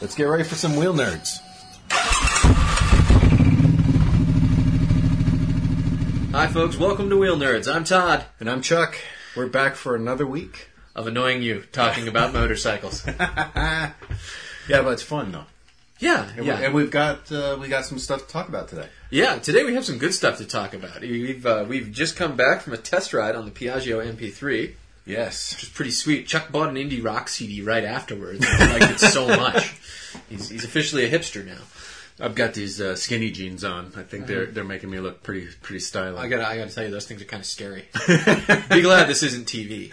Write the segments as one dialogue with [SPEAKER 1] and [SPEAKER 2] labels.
[SPEAKER 1] Let's get ready for some wheel nerds.
[SPEAKER 2] Hi, folks. Welcome to Wheel Nerds. I'm Todd
[SPEAKER 3] And I'm Chuck. We're back for another week.
[SPEAKER 2] of Annoying You, talking about motorcycles.
[SPEAKER 3] Yeah, but it's fun though.
[SPEAKER 2] Yeah,
[SPEAKER 3] And,
[SPEAKER 2] yeah,
[SPEAKER 3] we, and we've got uh, we got some stuff to talk about today.
[SPEAKER 2] yeah. Today we have some good stuff to talk about. We've uh, we've just come back from a test ride on the Piaggio MP3, which
[SPEAKER 3] Yes.
[SPEAKER 2] is pretty sweet. Chuck bought an indie rock CD right afterwards. I liked it so much. He's, he's officially a hipster now.
[SPEAKER 3] I've got these uh, skinny jeans on. I think they're they're making me look pretty pretty stylish.
[SPEAKER 2] I gotta I gotta tell you, those things are kind of scary. Be glad this isn't TV.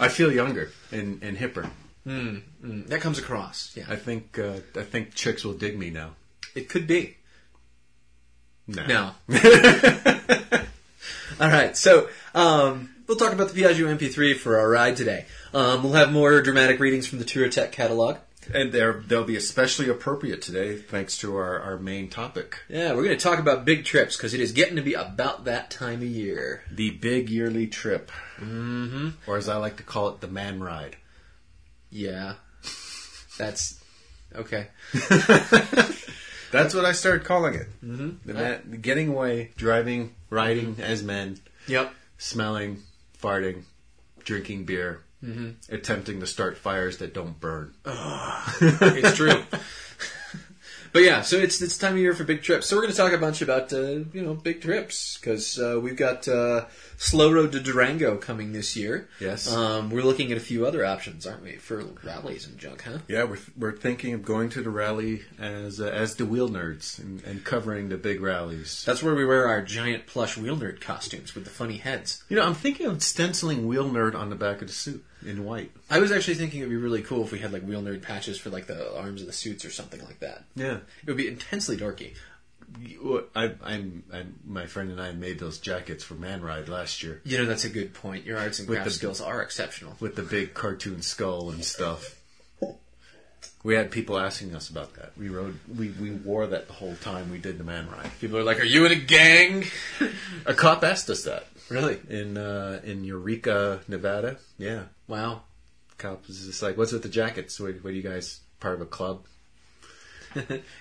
[SPEAKER 3] I feel younger and, and hipper.
[SPEAKER 2] That comes across. Yeah,
[SPEAKER 3] I think uh, I think chicks will dig me now.
[SPEAKER 2] it could be.
[SPEAKER 3] No.
[SPEAKER 2] No. All right, so um, we'll talk about the Piaggio MP3 for our ride today. Um, we'll have more dramatic readings from the Tour Tech catalog.
[SPEAKER 3] And they're they'll be especially appropriate today thanks to our, our main topic.
[SPEAKER 2] Yeah, we're going to talk about big trips because it is getting to be about that time of year.
[SPEAKER 3] The big yearly trip. Mm-hmm. Or as I like to call it, the man ride.
[SPEAKER 2] Yeah, that's okay.
[SPEAKER 3] That's what I started calling it. Mm-hmm. The man, getting away, driving, riding as men,
[SPEAKER 2] Yep.
[SPEAKER 3] smelling, farting, drinking beer, attempting to start fires that don't burn.
[SPEAKER 2] it's true. but yeah, so it's it's time of year for big trips. So we're going to talk a bunch about uh, you know big trips because uh, we've got uh, Slow Road to Durango coming this year.
[SPEAKER 3] Yes.
[SPEAKER 2] um, we're looking at a few other options, aren't we, for rallies and junk, huh?
[SPEAKER 3] Yeah, we're, we're thinking of going to the rally as uh, as the wheel nerds and, and covering the big rallies.
[SPEAKER 2] That's where we wear our giant plush wheel nerd costumes with the funny heads.
[SPEAKER 3] You know, I'm thinking of stenciling wheel nerd on the back of the suit in white.
[SPEAKER 2] I was actually thinking it'd be really cool if we had like wheel nerd patches for like the arms of the suits or something like that.
[SPEAKER 3] Yeah,
[SPEAKER 2] It would be intensely dorky.
[SPEAKER 3] I, I'm, I'm my friend and I made those jackets for Man Ride last year
[SPEAKER 2] You know, that's a good point. Your arts and
[SPEAKER 3] With
[SPEAKER 2] craft
[SPEAKER 3] the-
[SPEAKER 2] skills are exceptional.
[SPEAKER 3] with the big cartoon skull and stuff. We had people asking us about that. We rode, we, we wore that the whole time we did the Man Ride.
[SPEAKER 2] People are like, "Are you in a gang?"
[SPEAKER 3] A cop asked us that
[SPEAKER 2] really?
[SPEAKER 3] in uh, in Eureka, Nevada. Yeah,
[SPEAKER 2] Wow.
[SPEAKER 3] cop was just like, "What's with the jackets? What, what are you guys part of a club?"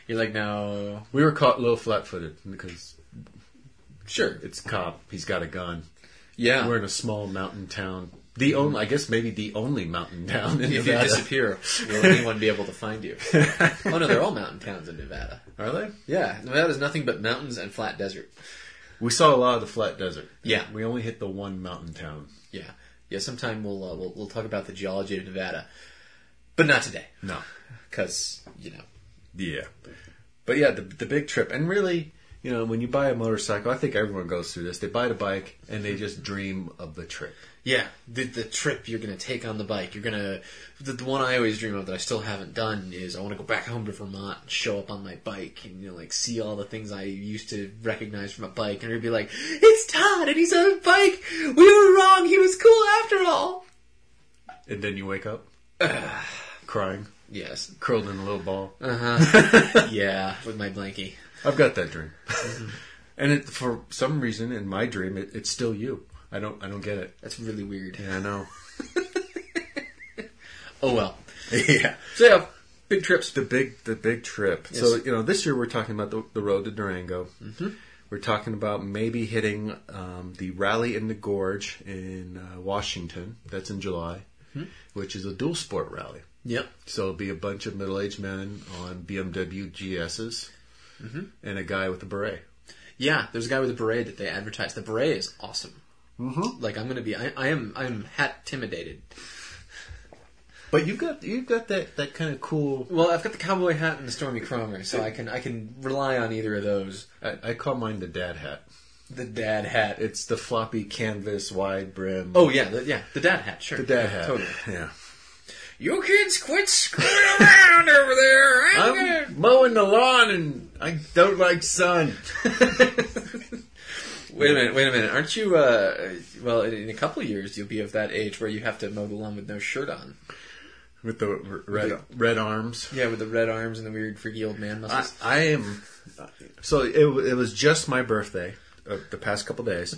[SPEAKER 2] You're like, no.
[SPEAKER 3] We were caught a little flat-footed because
[SPEAKER 2] Sure.
[SPEAKER 3] it's a cop. He's got a gun.
[SPEAKER 2] Yeah.
[SPEAKER 3] We're in a small mountain town. The only, I guess, maybe the only mountain town in
[SPEAKER 2] if you
[SPEAKER 3] Nevada.
[SPEAKER 2] disappear, will anyone be able to find you? oh no, they're all mountain towns in Nevada.
[SPEAKER 3] Are they?
[SPEAKER 2] Yeah, Nevada's nothing but mountains and flat desert.
[SPEAKER 3] We saw a lot of the flat desert.
[SPEAKER 2] Yeah.
[SPEAKER 3] we only hit the one mountain town.
[SPEAKER 2] Yeah, yeah. Sometime we'll uh, we'll, we'll talk about the geology of Nevada, but not today,
[SPEAKER 3] No.
[SPEAKER 2] because you know.
[SPEAKER 3] Yeah. But yeah, the, the big trip. And really, you know, when you buy a motorcycle, I think everyone goes through this. They buy the bike and they just dream of the trip.
[SPEAKER 2] Yeah, the the trip you're gonna take on the bike. You're gonna the, the one I always dream of that I still haven't done is I want to go back home to Vermont and show up on my bike and you know like see all the things I used to recognize from a bike and it'd be like it's Todd and he's on a bike. We were wrong. He was cool after all.
[SPEAKER 3] And then you wake up crying,
[SPEAKER 2] Yes.
[SPEAKER 3] curled in a little ball.
[SPEAKER 2] yeah, with my blankie.
[SPEAKER 3] I've got that dream. and it, for some reason in my dream, it, it's still you. I don't I don't get it.
[SPEAKER 2] That's really weird.
[SPEAKER 3] Yeah, I know.
[SPEAKER 2] Oh well.
[SPEAKER 3] yeah.
[SPEAKER 2] So yeah, big trips.
[SPEAKER 3] The big the big trip. So, you know, this year we're talking about the, the road to Durango. Mm-hmm. We're talking about maybe hitting um, the rally in the gorge in uh, Washington. That's in July,
[SPEAKER 2] Mm-hmm.
[SPEAKER 3] which is a dual sport rally.
[SPEAKER 2] Yep.
[SPEAKER 3] So it'll be a bunch of middle aged men on BMW GSs
[SPEAKER 2] Mm-hmm.
[SPEAKER 3] and a guy with a beret.
[SPEAKER 2] Yeah, there's a guy with a beret that they advertise. The beret is awesome. Mm-hmm. Like I'm gonna be, I, I am, I am hat intimidated.
[SPEAKER 3] But you've got you've got that, that kind of cool.
[SPEAKER 2] Well, I've got the cowboy hat and the stormy cromer, so I can I can rely on either of those.
[SPEAKER 3] I, I call mine the dad hat.
[SPEAKER 2] The dad hat.
[SPEAKER 3] It's the floppy canvas, wide brim.
[SPEAKER 2] oh yeah, the, yeah, the dad hat. Sure,
[SPEAKER 3] the dad hat.
[SPEAKER 2] Totally.
[SPEAKER 3] Yeah.
[SPEAKER 2] You kids quit screwing around over there. I'm, gonna-
[SPEAKER 3] I'm mowing the lawn and I don't like sun.
[SPEAKER 2] Wait a minute, wait a minute. Aren't you? Uh, well, in, in a couple of years, you'll be of that age where you have to mow the lawn with no shirt on.
[SPEAKER 3] With the r- red red arms.
[SPEAKER 2] Yeah, with the red arms and the weird freaky old man
[SPEAKER 3] I,
[SPEAKER 2] muscles.
[SPEAKER 3] I am. So it, w- it was just my birthday, uh, the past couple days,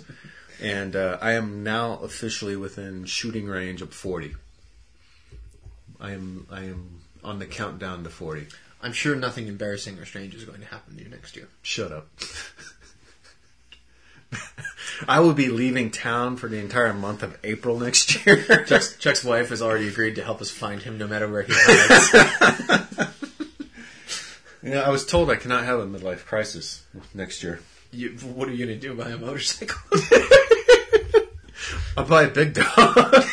[SPEAKER 3] and uh, I am now officially within shooting range of forty. I am I am on the countdown to 40.
[SPEAKER 2] I'm sure nothing embarrassing or strange is going to happen to you next year.
[SPEAKER 3] Shut up. I will be leaving town for the entire month of April next year.
[SPEAKER 2] Chuck's, Chuck's wife has already agreed to help us find him no matter where he lives.
[SPEAKER 3] you know, I was told I cannot have a midlife crisis next year.
[SPEAKER 2] you, what are you going to do? Buy a motorcycle?
[SPEAKER 3] I'll buy a big dog.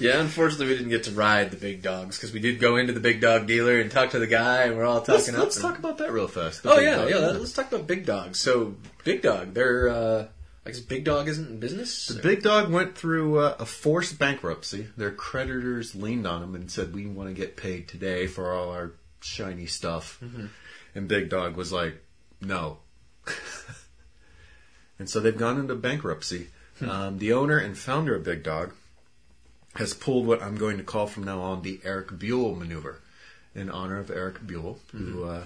[SPEAKER 2] yeah, unfortunately, we didn't get to ride the big dogs because we did go into the big dog dealer and talk to the guy, and we're all talking.
[SPEAKER 3] let's
[SPEAKER 2] up
[SPEAKER 3] let's
[SPEAKER 2] and-
[SPEAKER 3] talk about that real fast. the
[SPEAKER 2] Oh
[SPEAKER 3] big
[SPEAKER 2] yeah,
[SPEAKER 3] dog.
[SPEAKER 2] yeah. let- Let's talk about Big Dog. So Big Dog, they're uh, I guess Big Dog isn't in business.
[SPEAKER 3] The big dog went through uh, a forced bankruptcy. Their creditors leaned on them and said, "We want to get paid today for all our shiny stuff."
[SPEAKER 2] Mm-hmm.
[SPEAKER 3] And Big Dog was like, "No." and so they've gone into bankruptcy.
[SPEAKER 2] Hmm.
[SPEAKER 3] Um, the owner and founder of Big Dog has pulled what I'm going to call from now on the Eric Buell maneuver, in honor of Eric Buell,
[SPEAKER 2] Mm-hmm.
[SPEAKER 3] who uh,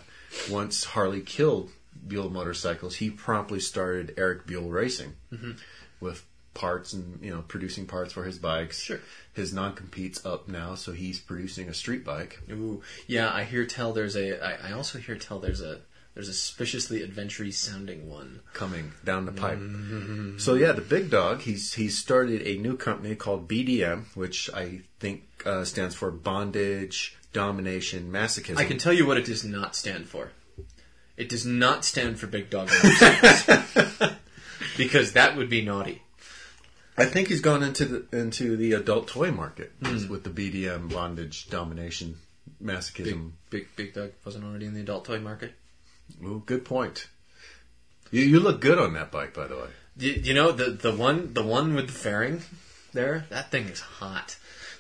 [SPEAKER 3] once Harley killed Buell motorcycles. He promptly started Eric Buell Racing
[SPEAKER 2] Mm-hmm.
[SPEAKER 3] with parts and you know producing parts for his bikes.
[SPEAKER 2] Sure.
[SPEAKER 3] His non compete's up now, so he's producing a street bike.
[SPEAKER 2] Ooh, yeah. I hear tell there's a. I, I also hear tell there's a there's a suspiciously adventurous sounding one.
[SPEAKER 3] coming down the pipe.
[SPEAKER 2] Mm-hmm.
[SPEAKER 3] So yeah, the big dog. He's he's started a new company called BDM, which I think uh, stands for bondage, domination, masochism.
[SPEAKER 2] I can tell you what it does not stand for. It does not stand for Big Dog motorcycles because that would be naughty.
[SPEAKER 3] I think he's gone into the into the adult toy market
[SPEAKER 2] Hmm.
[SPEAKER 3] with the BDM, bondage, domination, masochism.
[SPEAKER 2] Big Big Dog wasn't already in the adult toy market.
[SPEAKER 3] Ooh, good point. You you look good on that bike, by the way.
[SPEAKER 2] You, you know the the one the one with the fairing there. That thing is hot.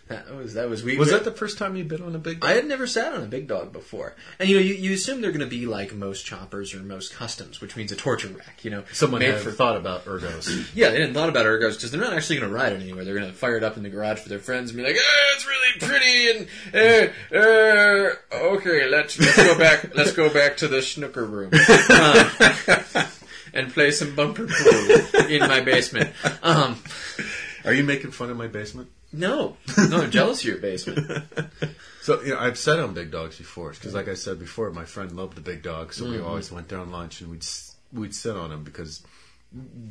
[SPEAKER 2] That was that was we
[SPEAKER 3] Was that the first time you've been on a big?
[SPEAKER 2] I had never sat on a big dog before. And you know, you, you assume they're going to be like most choppers or most customs, which means a torture rack. You know,
[SPEAKER 3] Someone
[SPEAKER 2] made
[SPEAKER 3] had
[SPEAKER 2] for
[SPEAKER 3] thought about ergos.
[SPEAKER 2] yeah, they didn't thought about ergos because they're not actually going to ride it anywhere. They're going to fire it up in the garage for their friends and be like, "Ah, "It's really pretty," and uh, uh, okay, let's let's go back let's go back to the snooker room Uh, and play some bumper pool in my basement. Um,
[SPEAKER 3] Are you making fun of my basement?
[SPEAKER 2] no, no, I'm jealous of your basement.
[SPEAKER 3] So you know, I've sat on big dogs before
[SPEAKER 2] Hmm.
[SPEAKER 3] because, like I said before, my friend loved the big dog, so we always went there on lunch and we'd s- we'd sit on them because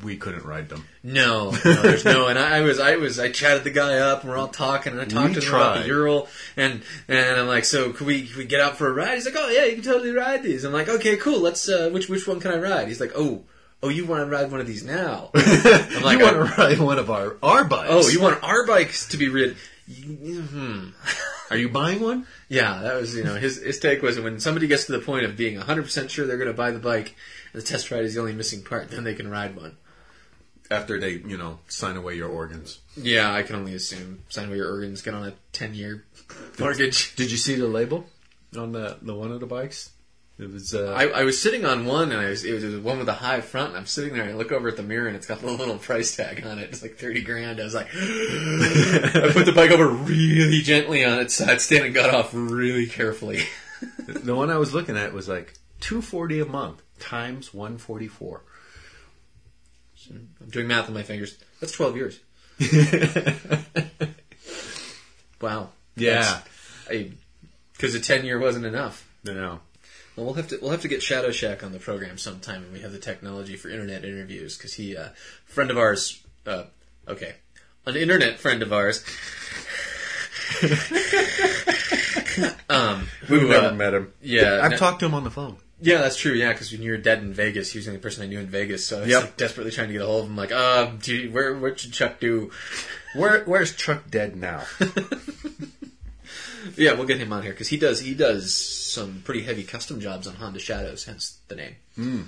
[SPEAKER 3] we couldn't ride them.
[SPEAKER 2] No, no, there's no. And I, I was, I was, I chatted the guy up, and we're all talking, and I talked to him about
[SPEAKER 3] tried.
[SPEAKER 2] the Ural, and and I'm like, so could we, could we get out for a ride? He's like, oh yeah, you can totally ride these. I'm like, okay, cool. Let's, uh, which which one can I ride? He's like, oh, oh, you want to ride one of these now? I'm like,
[SPEAKER 3] you want to ride one of our our bikes?
[SPEAKER 2] oh, you want our bikes to be rid? You- Hmm.
[SPEAKER 3] are you buying one?
[SPEAKER 2] Yeah, that was you know his his take was when somebody gets to the point of being 100 percent sure they're going to buy the bike, and the test ride is the only missing part, then they can ride one.
[SPEAKER 3] After they you know sign away your organs.
[SPEAKER 2] Yeah, I can only assume. Sign away your organs, get on a 10 year mortgage.
[SPEAKER 3] Did you see the label on the the one of the bikes? It was uh,
[SPEAKER 2] I, I was sitting on one, and I was, it was the one with a high front, and I'm sitting there, and I look over at the mirror, and it's got a little price tag on it. It's like 30 grand. I was like, I put the bike over really gently on its side stand and got off really carefully.
[SPEAKER 3] the one I was looking at was like two forty a month times one forty four.
[SPEAKER 2] I'm doing math on my fingers. That's 12 years. Wow.
[SPEAKER 3] Yeah,
[SPEAKER 2] Because a 10 year wasn't enough.
[SPEAKER 3] I know.
[SPEAKER 2] Well, we'll have to we'll have to get Shadow Shack on the program sometime when we have the technology for internet interviews because he uh, friend of ours. Uh, okay, an internet friend of ours. um, who,
[SPEAKER 3] Never
[SPEAKER 2] uh,
[SPEAKER 3] met him.
[SPEAKER 2] yeah,
[SPEAKER 3] I've
[SPEAKER 2] no-
[SPEAKER 3] talked to him on the phone.
[SPEAKER 2] yeah, that's true. Yeah, because when you were dead in Vegas, he was the only person I knew in Vegas. So I was
[SPEAKER 3] Yep.
[SPEAKER 2] like, desperately trying to get a hold of him. Like, uh, do you, where what should Chuck do?
[SPEAKER 3] Where where's Chuck dead now?
[SPEAKER 2] Yeah, we'll get him on here because he does he does some pretty heavy custom jobs on Honda Shadows, hence the name.
[SPEAKER 3] You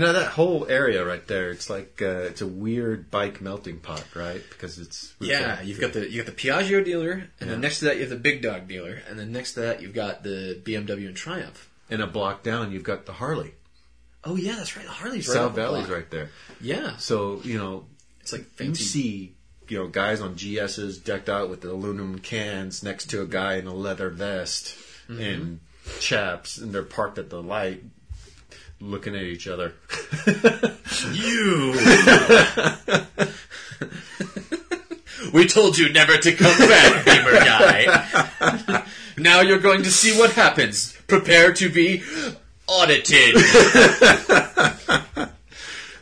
[SPEAKER 3] know that whole area right there. It's like uh, it's a weird bike melting pot, right? Because it's we've
[SPEAKER 2] Yeah, you've got the you got the Piaggio dealer, and then next to that you have the Big Dog dealer, and then next to that you've got the BMW and Triumph.
[SPEAKER 3] and a block down. You've got the Harley.
[SPEAKER 2] Oh yeah, that's right. The Harley's right.
[SPEAKER 3] South
[SPEAKER 2] up the
[SPEAKER 3] Valley's
[SPEAKER 2] block.
[SPEAKER 3] right there.
[SPEAKER 2] Yeah,
[SPEAKER 3] So you know
[SPEAKER 2] it's like
[SPEAKER 3] you
[SPEAKER 2] fancy.
[SPEAKER 3] see you know guys on GSs decked out with the aluminum cans next to a guy in a leather vest
[SPEAKER 2] Mm-hmm.
[SPEAKER 3] and chaps, and they're parked at the light, looking at each other.
[SPEAKER 2] You. We told you never to come back, Beamer guy. now you're going to see what happens. Prepare to be audited.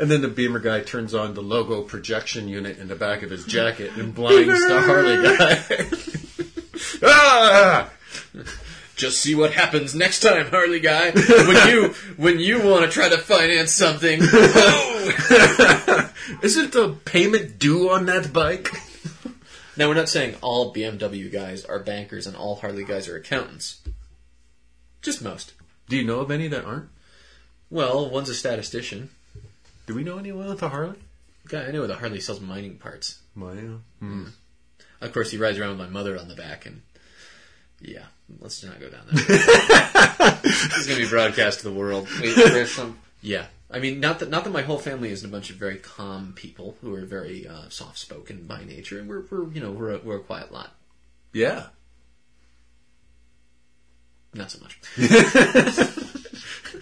[SPEAKER 3] And then the Beamer guy turns on the logo projection unit in the back of his jacket and blinds the Harley guy. ah!
[SPEAKER 2] Just see what happens next time, Harley guy. When you when you want to try to finance something.
[SPEAKER 3] Isn't the payment due on that bike?
[SPEAKER 2] now we're not saying all BMW guys are bankers and all Harley guys are accountants. Just most.
[SPEAKER 3] Do you know of any that aren't?
[SPEAKER 2] Well, one's a statistician.
[SPEAKER 3] Do we know anyone with a Harley?
[SPEAKER 2] Guy I know with a Harley sells mining parts.
[SPEAKER 3] My, uh,
[SPEAKER 2] Of course, he rides around with my mother on the back, and yeah, let's not go down that. road. this is gonna be broadcast to the world.
[SPEAKER 1] There's some.
[SPEAKER 2] Yeah, I mean, not that not that my whole family isn't a bunch of very calm people who are very uh, soft spoken by nature, and we're we're you know we're a, we're a quiet lot.
[SPEAKER 3] yeah.
[SPEAKER 2] Not so much.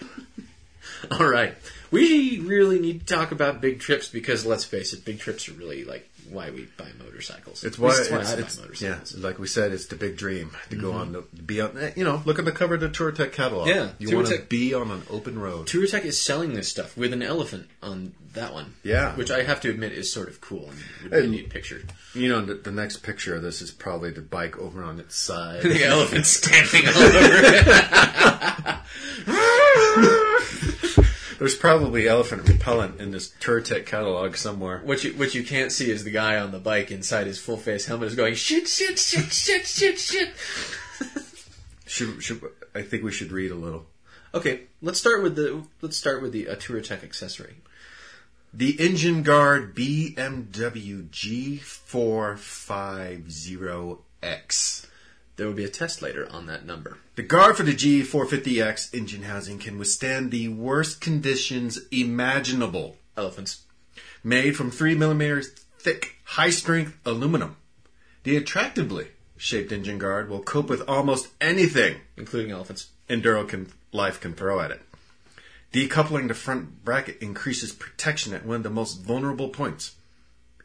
[SPEAKER 2] All right. We really need to talk about big trips because let's face it, big trips are really like why we buy motorcycles.
[SPEAKER 3] It's
[SPEAKER 2] At
[SPEAKER 3] why,
[SPEAKER 2] least
[SPEAKER 3] it's,
[SPEAKER 2] I buy
[SPEAKER 3] it's- yeah,
[SPEAKER 2] motorcycles.
[SPEAKER 3] like we said, it's the big dream to go on the be on. eh, You know, look at the cover of the Tour Tech catalog.
[SPEAKER 2] Yeah,
[SPEAKER 3] you want to
[SPEAKER 2] Touratech-
[SPEAKER 3] be on an open road.
[SPEAKER 2] Tour Tech is selling this stuff with an elephant on that one.
[SPEAKER 3] Yeah.
[SPEAKER 2] Which I have to admit is sort of cool and would be a
[SPEAKER 3] And-
[SPEAKER 2] neat picture.
[SPEAKER 3] You know, the, the next picture of this is probably the bike over on its side.
[SPEAKER 2] The elephant stamping all over it.
[SPEAKER 3] There's probably elephant repellent in this Tour Tech catalog somewhere.
[SPEAKER 2] What you, what you can't see is the guy on the bike inside his full face helmet is going, shit, shit, shit, shit, shit, shit.
[SPEAKER 3] Should, should I think we should read a little.
[SPEAKER 2] Okay, let's start with the, let's start with the uh, Tour Tech accessory.
[SPEAKER 3] The engine guard BMW G450X.
[SPEAKER 2] There will be a test later on that number.
[SPEAKER 3] The guard for the G450X engine housing can withstand the worst conditions imaginable.
[SPEAKER 2] Elephants.
[SPEAKER 3] Made from 3 millimeters thick, high strength aluminum. The attractively shaped engine guard will cope with almost anything
[SPEAKER 2] Including elephants.
[SPEAKER 3] Enduro can, Life can throw at it. Decoupling the front bracket increases protection at one of the most vulnerable points.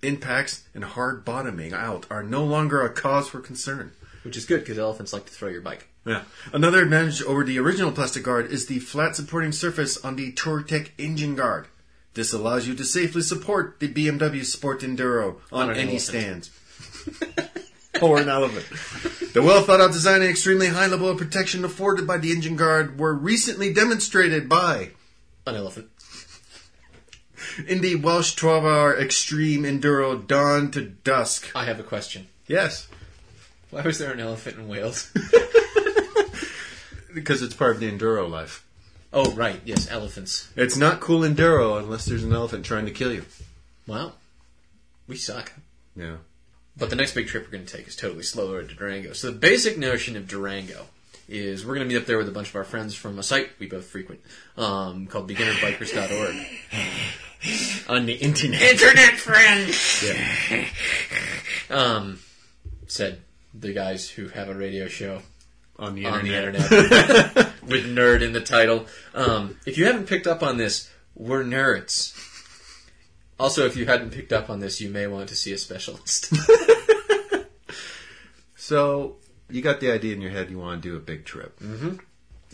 [SPEAKER 3] Impacts and hard bottoming out are no longer a cause for concern.
[SPEAKER 2] Which is good because elephants like to throw your bike.
[SPEAKER 3] Yeah. Another advantage over the original plastic guard is the flat supporting surface on the Touratech engine guard. This allows you to safely support the BMW Sport Enduro on,
[SPEAKER 2] On an
[SPEAKER 3] any
[SPEAKER 2] elephant.
[SPEAKER 3] stands. or an elephant. The well thought out design and extremely high level of protection afforded by the engine guard were recently demonstrated by
[SPEAKER 2] An elephant.
[SPEAKER 3] in the Welsh 12 hour extreme enduro dawn to dusk.
[SPEAKER 2] I have a question.
[SPEAKER 3] Yes,
[SPEAKER 2] Why was there an elephant in Wales?
[SPEAKER 3] because it's part of the enduro life.
[SPEAKER 2] oh, right. Yes, elephants.
[SPEAKER 3] It's not cool enduro unless there's an elephant trying to kill you.
[SPEAKER 2] Wow. We suck.
[SPEAKER 3] Yeah.
[SPEAKER 2] But the next big trip we're going to take is totally slower to Durango. So the basic notion of Durango is we're going to meet up there with a bunch of our friends from a site we both frequent um, called beginnerbikers.org. On the internet. Internet friends! Yeah. um, said the guys who have a radio show
[SPEAKER 3] On the
[SPEAKER 2] on the
[SPEAKER 3] internet.
[SPEAKER 2] internet with nerd in the title. Um, if you haven't picked up on this, we're nerds. Also, if you hadn't picked up on this, you may want to see a specialist.
[SPEAKER 3] So, you got the idea in your head you want to do a big trip.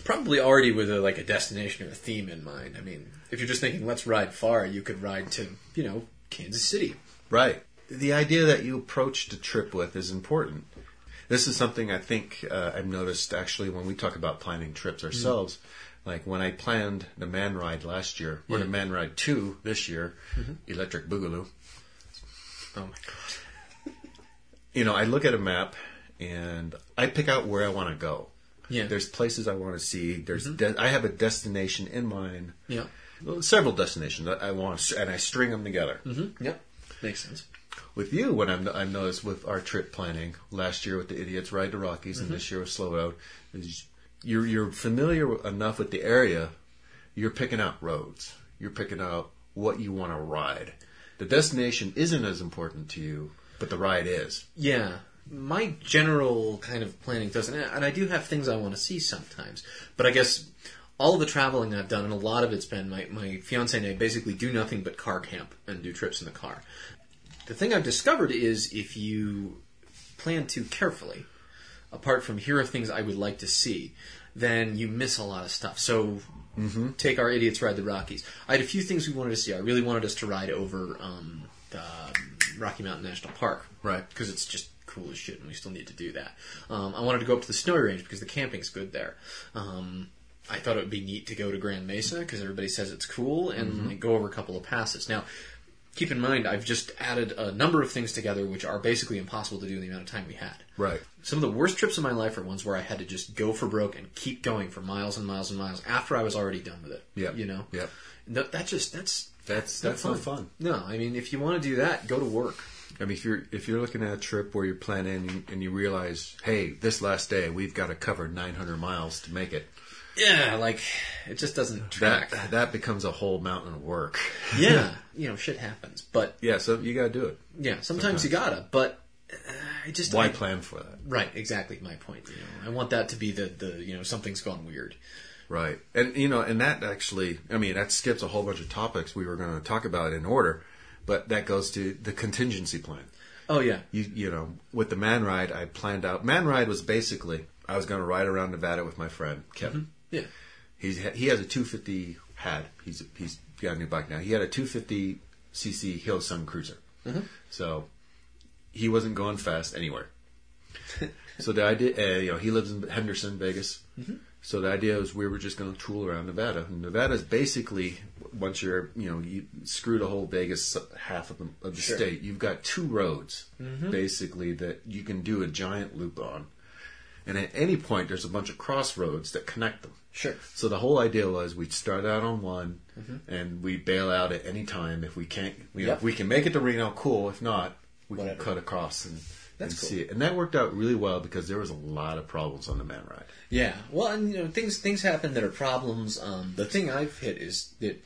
[SPEAKER 2] Probably already with a, like a destination or a theme in mind. I mean, if you're just thinking let's ride far, you could ride to you know Kansas City.
[SPEAKER 3] Right. The idea that you approach the trip with is important. This is something I think uh, I've noticed actually when we talk about planning trips ourselves. Like when I planned the Man Ride last year, or the Man Ride 2 this year, Electric Boogaloo.
[SPEAKER 2] Oh my god!
[SPEAKER 3] you know, I look at a map and I pick out where I want to go.
[SPEAKER 2] Yeah,
[SPEAKER 3] There's places I want to see. There's de- I have a destination in mind.
[SPEAKER 2] yeah,
[SPEAKER 3] Well, Several destinations that I want, to, and I string them together.
[SPEAKER 2] yeah. Makes sense.
[SPEAKER 3] With you, what I'm, I noticed with our trip planning last year with the Idiots Ride to Rockies,
[SPEAKER 2] Mm-hmm.
[SPEAKER 3] and this year with Slow Road, is you're you're familiar enough with the area. You're picking out roads. You're picking out what you want to ride. The destination isn't as important to you, but the ride is.
[SPEAKER 2] Yeah. My general kind of planning doesn't, and I do have things I want to see sometimes. But I guess all the traveling I've done, and a lot of it's been my, my fiance and I basically do nothing but car camp and do trips in the car. The thing I've discovered is if you plan too carefully, apart from here are things I would like to see, then you miss a lot of stuff. So take our idiots ride the Rockies. I had a few things we wanted to see. I really wanted us to ride over um, the Rocky Mountain National Park,
[SPEAKER 3] Right.
[SPEAKER 2] Because it's just cool as shit, and we still need to do that. Um, I wanted to go up to the Snowy Range because the camping's good there. Um, I thought it would be neat to go to Grand Mesa because everybody says it's cool, and like, go over a couple of passes. Now, keep in mind, I've just added a number of things together which are basically impossible to do in the amount of time we had.
[SPEAKER 3] Right.
[SPEAKER 2] Some of the worst trips of my life are ones where I had to just go for broke and keep going for miles and miles and miles after I was already done with it.
[SPEAKER 3] Yeah.
[SPEAKER 2] You know?
[SPEAKER 3] Yeah.
[SPEAKER 2] That, that just, that's,
[SPEAKER 3] That's
[SPEAKER 2] that's not fun. No, I mean, if you want to do that, go to work.
[SPEAKER 3] I mean, if you're if you're looking at a trip where you're planning and you realize, hey, this last day we've got to cover 900 miles to make it,
[SPEAKER 2] Yeah, like, it just doesn't
[SPEAKER 3] that
[SPEAKER 2] track.
[SPEAKER 3] that becomes a whole mountain of work.
[SPEAKER 2] yeah. You know, shit happens. But,
[SPEAKER 3] Yeah, so you got to do it.
[SPEAKER 2] yeah, sometimes you gotta, but uh, I just,
[SPEAKER 3] Why
[SPEAKER 2] I-
[SPEAKER 3] plan for that?
[SPEAKER 2] Right, exactly my point. You know, I want that to be the, the, you know, something's gone weird.
[SPEAKER 3] Right, and you know, and that actually, I mean, that skips a whole bunch of topics we were going to talk about in order, but that goes to the contingency plan.
[SPEAKER 2] Oh, yeah.
[SPEAKER 3] you you know with the man ride I planned out. Man ride was basically I was going to ride around Nevada with my friend Kevin.
[SPEAKER 2] Mm-hmm. Yeah.
[SPEAKER 3] He's he has a 250 had he's he's got a new bike now. He had a 250 cc Hillsung Cruiser, so he wasn't going fast anywhere. so the idea, uh, you know, he lives in Henderson, Vegas. So the idea was we were just going to tool around Nevada. And Nevada is basically once you're you know you screw the whole Vegas half of the, of the
[SPEAKER 2] Sure.
[SPEAKER 3] state. You've got two roads basically that you can do a giant loop on. And at any point, there's a bunch of crossroads that connect them.
[SPEAKER 2] Sure.
[SPEAKER 3] So the whole idea was we'd start out on one, and we bail out at any time if we can't. You know,
[SPEAKER 2] Yep.
[SPEAKER 3] if we can make it to Reno, cool. If not, we
[SPEAKER 2] Whatever.
[SPEAKER 3] can cut across and, and
[SPEAKER 2] That's cool.
[SPEAKER 3] see it. And that worked out really well because there was a lot of problems on the man ride.
[SPEAKER 2] Yeah, well, and you know, things things happen that are problems. Um, the thing I've hit is that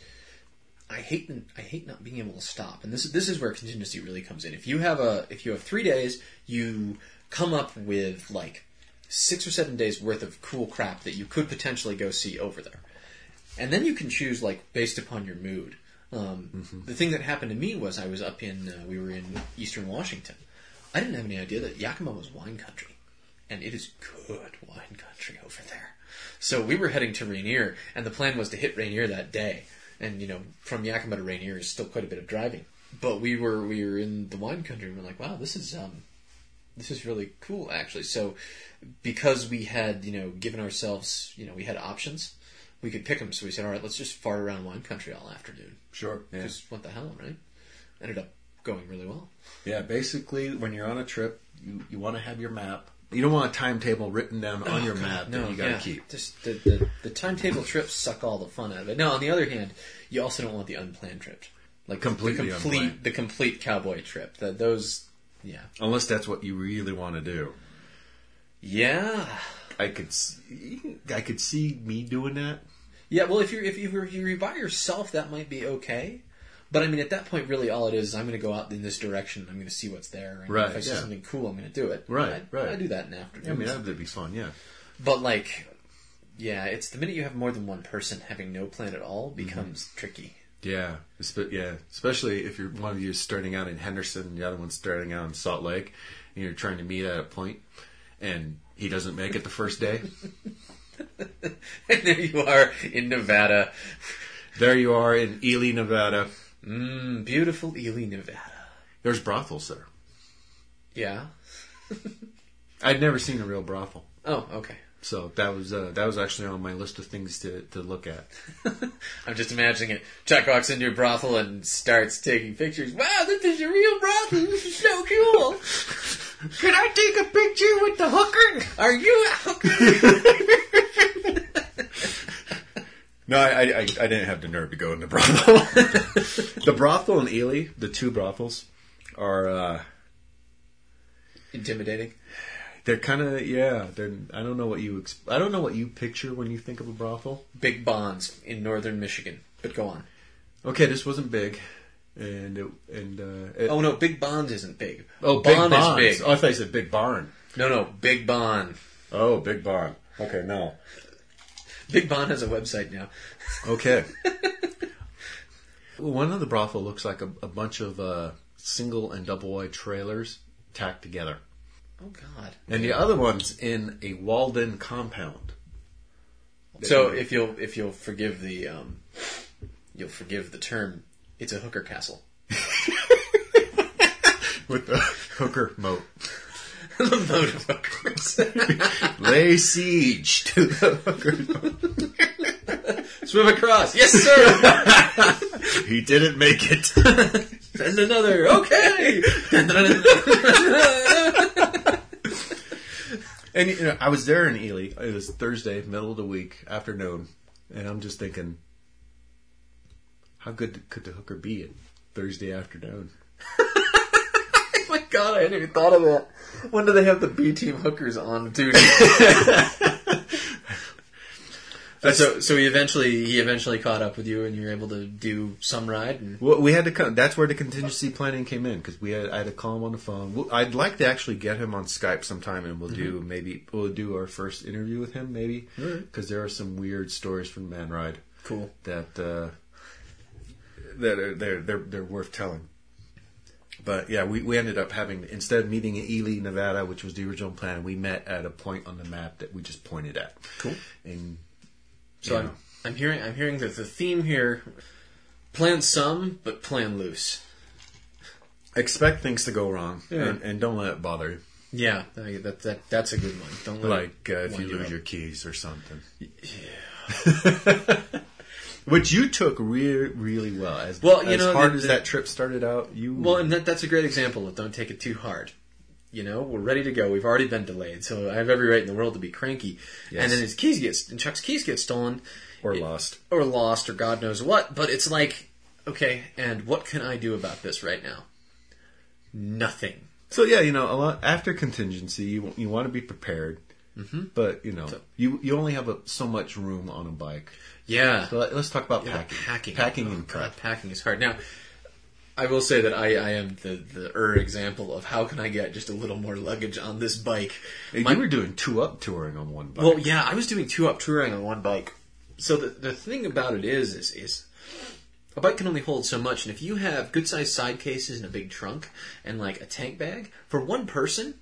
[SPEAKER 2] I hate I hate not being able to stop, and this this is where contingency really comes in. If you have a if you have three days, you come up with like six or seven days worth of cool crap that you could potentially go see over there, and then you can choose like based upon your mood. Um, The thing that happened to me was I was up in uh, we were in Eastern Washington. I didn't have any idea that Yakima was wine country and it is good wine country over there. So we were heading to Rainier, and the plan was to hit Rainier that day. And you know, from Yakima to Rainier is still quite a bit of driving. But we were we were in the wine country. and We're like, wow, this is um, this is really cool actually. So because we had you know given ourselves you know we had options, we could pick them. So we said, all right, let's just fart around wine country all afternoon.
[SPEAKER 3] Sure. Yeah.
[SPEAKER 2] Just what the hell, right? Ended up going really well.
[SPEAKER 3] yeah. Basically, when you're on a trip, you, you want to have your map. Oh, You don't want a timetable written down on your
[SPEAKER 2] God,
[SPEAKER 3] map that you got to
[SPEAKER 2] yeah.
[SPEAKER 3] keep.
[SPEAKER 2] Just the, the, the timetable trips suck all the fun out of it. Now, on the other hand, you also don't want the unplanned trip, like the-
[SPEAKER 3] Completely
[SPEAKER 2] the complete
[SPEAKER 3] unplanned.
[SPEAKER 2] the complete cowboy trip. The, those, yeah,
[SPEAKER 3] Unless that's what you really want to do.
[SPEAKER 2] yeah,
[SPEAKER 3] I could s- I could see me doing that.
[SPEAKER 2] yeah. Well, if you're if you if you're by yourself, that might be okay. But I mean, at that point, really, all it is, is I'm going to go out in this direction. I'm going to see what's there. And
[SPEAKER 3] Right,
[SPEAKER 2] If I see
[SPEAKER 3] yeah.
[SPEAKER 2] something cool, I'm going to do it.
[SPEAKER 3] Right,
[SPEAKER 2] I,
[SPEAKER 3] right.
[SPEAKER 2] I do that in afternoons.
[SPEAKER 3] I mean, that'd be fun. Yeah.
[SPEAKER 2] But like, yeah, it's the minute you have more than one person, having no plan at all becomes
[SPEAKER 3] Mm-hmm.
[SPEAKER 2] tricky.
[SPEAKER 3] Yeah, espe- yeah. Especially if you're one of you is starting out in Henderson, and the other one's starting out in Salt Lake, and you're trying to meet at a point, and he doesn't make it the first day.
[SPEAKER 2] And there you are in Nevada.
[SPEAKER 3] there you are in Ely, Nevada.
[SPEAKER 2] Mm, beautiful Ely, Nevada.
[SPEAKER 3] There's brothels there.
[SPEAKER 2] Yeah.
[SPEAKER 3] I'd never seen a real brothel,
[SPEAKER 2] Oh, okay.
[SPEAKER 3] so that was uh, that was actually on my list of things to to look at.
[SPEAKER 2] I'm just imagining it. Chuck walks into a brothel and starts taking pictures. Wow, this is a real brothel. This is so cool. Can I take a picture with the hooker? Are you a hooker?
[SPEAKER 3] No, I, I, I I didn't have the nerve to go in the brothel. the brothel in Ely, the two brothels, are uh,
[SPEAKER 2] Intimidating.
[SPEAKER 3] they're kind of yeah. They're I don't know what you ex- I don't know what you picture when you think of a brothel.
[SPEAKER 2] Big bonds in northern Michigan. But go on.
[SPEAKER 3] Okay, this wasn't big, and it, and uh, it,
[SPEAKER 2] Oh no, Big Bond isn't big.
[SPEAKER 3] big
[SPEAKER 2] Bond
[SPEAKER 3] bonds.
[SPEAKER 2] is big.
[SPEAKER 3] Oh, I thought you said big barn.
[SPEAKER 2] No, no, Big Bond.
[SPEAKER 3] Oh, big barn. Okay, no.
[SPEAKER 2] Big Bond has a website now.
[SPEAKER 3] Okay. well, one of the brothel looks like a, a bunch of uh, single and double wide trailers tacked together.
[SPEAKER 2] Oh God.
[SPEAKER 3] And the other one's in a walled in compound.
[SPEAKER 2] So if you'll if you'll forgive the um, you'll forgive the term, it's a hooker castle.
[SPEAKER 3] With the hooker moat.
[SPEAKER 2] the moat of hookers.
[SPEAKER 3] Lay siege to the hooker moat.
[SPEAKER 2] Swim across, yes sir.
[SPEAKER 3] He didn't make it.
[SPEAKER 2] Send another, okay.
[SPEAKER 3] And you know, I was there in Ely. It was Thursday, middle of the week, afternoon, and I'm just thinking, how good could the hooker be at Thursday afternoon?
[SPEAKER 2] oh my God, I hadn't even thought of that. When do they have the B team hookers on duty? Uh, so so he eventually he eventually caught up with you, and you were able to do some ride. And
[SPEAKER 3] Well, we had to come. That's where the contingency planning came in because we had I had to call him on the phone. Well, I'd like to actually get him on Skype sometime, and we'll do maybe we'll do our first interview with him, maybe because there are some weird stories from Man Ride
[SPEAKER 2] cool.
[SPEAKER 3] that uh, that are they're, they're they're worth telling. But yeah, we, we ended up having instead of meeting in Ely, Nevada, which was the original plan, we met at a point on the map that we just pointed at.
[SPEAKER 2] Cool.
[SPEAKER 3] And
[SPEAKER 2] So
[SPEAKER 3] Yeah.
[SPEAKER 2] I'm, I'm hearing I'm hearing that the theme here: plan some, but plan loose.
[SPEAKER 3] expect things to go wrong,
[SPEAKER 2] Yeah.
[SPEAKER 3] and, and don't let it bother you.
[SPEAKER 2] Yeah, I- that, that that's a good one. Don't let
[SPEAKER 3] like uh,
[SPEAKER 2] it
[SPEAKER 3] if
[SPEAKER 2] wind
[SPEAKER 3] you lose
[SPEAKER 2] up.
[SPEAKER 3] your keys or something. Yeah. Which you took really, really well. As
[SPEAKER 2] Well, you
[SPEAKER 3] as
[SPEAKER 2] know,
[SPEAKER 3] hard
[SPEAKER 2] the-
[SPEAKER 3] as
[SPEAKER 2] the-
[SPEAKER 3] that trip started out, you
[SPEAKER 2] well, and that that's a great example of don't take it too hard. You know, we're ready to go. We've already been delayed, so I have every right in the world to be cranky.
[SPEAKER 3] Yes.
[SPEAKER 2] And then his keys get and Chuck's keys get stolen
[SPEAKER 3] or lost.
[SPEAKER 2] or lost or God knows what. But it's like, okay, and what can I do about this right now? Nothing.
[SPEAKER 3] So yeah, you know, a lot after contingency, you you want to be prepared.
[SPEAKER 2] Mm-hmm.
[SPEAKER 3] But you know, you you only have a, so much room on a bike.
[SPEAKER 2] Yeah.
[SPEAKER 3] So let, us talk about
[SPEAKER 2] Yeah,
[SPEAKER 3] packing,
[SPEAKER 2] packing,
[SPEAKER 3] packing,
[SPEAKER 2] Oh,
[SPEAKER 3] and
[SPEAKER 2] God,
[SPEAKER 3] prep.
[SPEAKER 2] packing is hard. Now, I will say that I, I am the the er example of how can I get just a little more luggage on this bike.
[SPEAKER 3] Hey,
[SPEAKER 2] My-
[SPEAKER 3] you were doing two up touring on one bike.
[SPEAKER 2] well, yeah, I was doing two up touring on one bike. So the the thing about it is is is a bike can only hold so much, and if you have good sized side cases and a big trunk and like a tank bag for one person,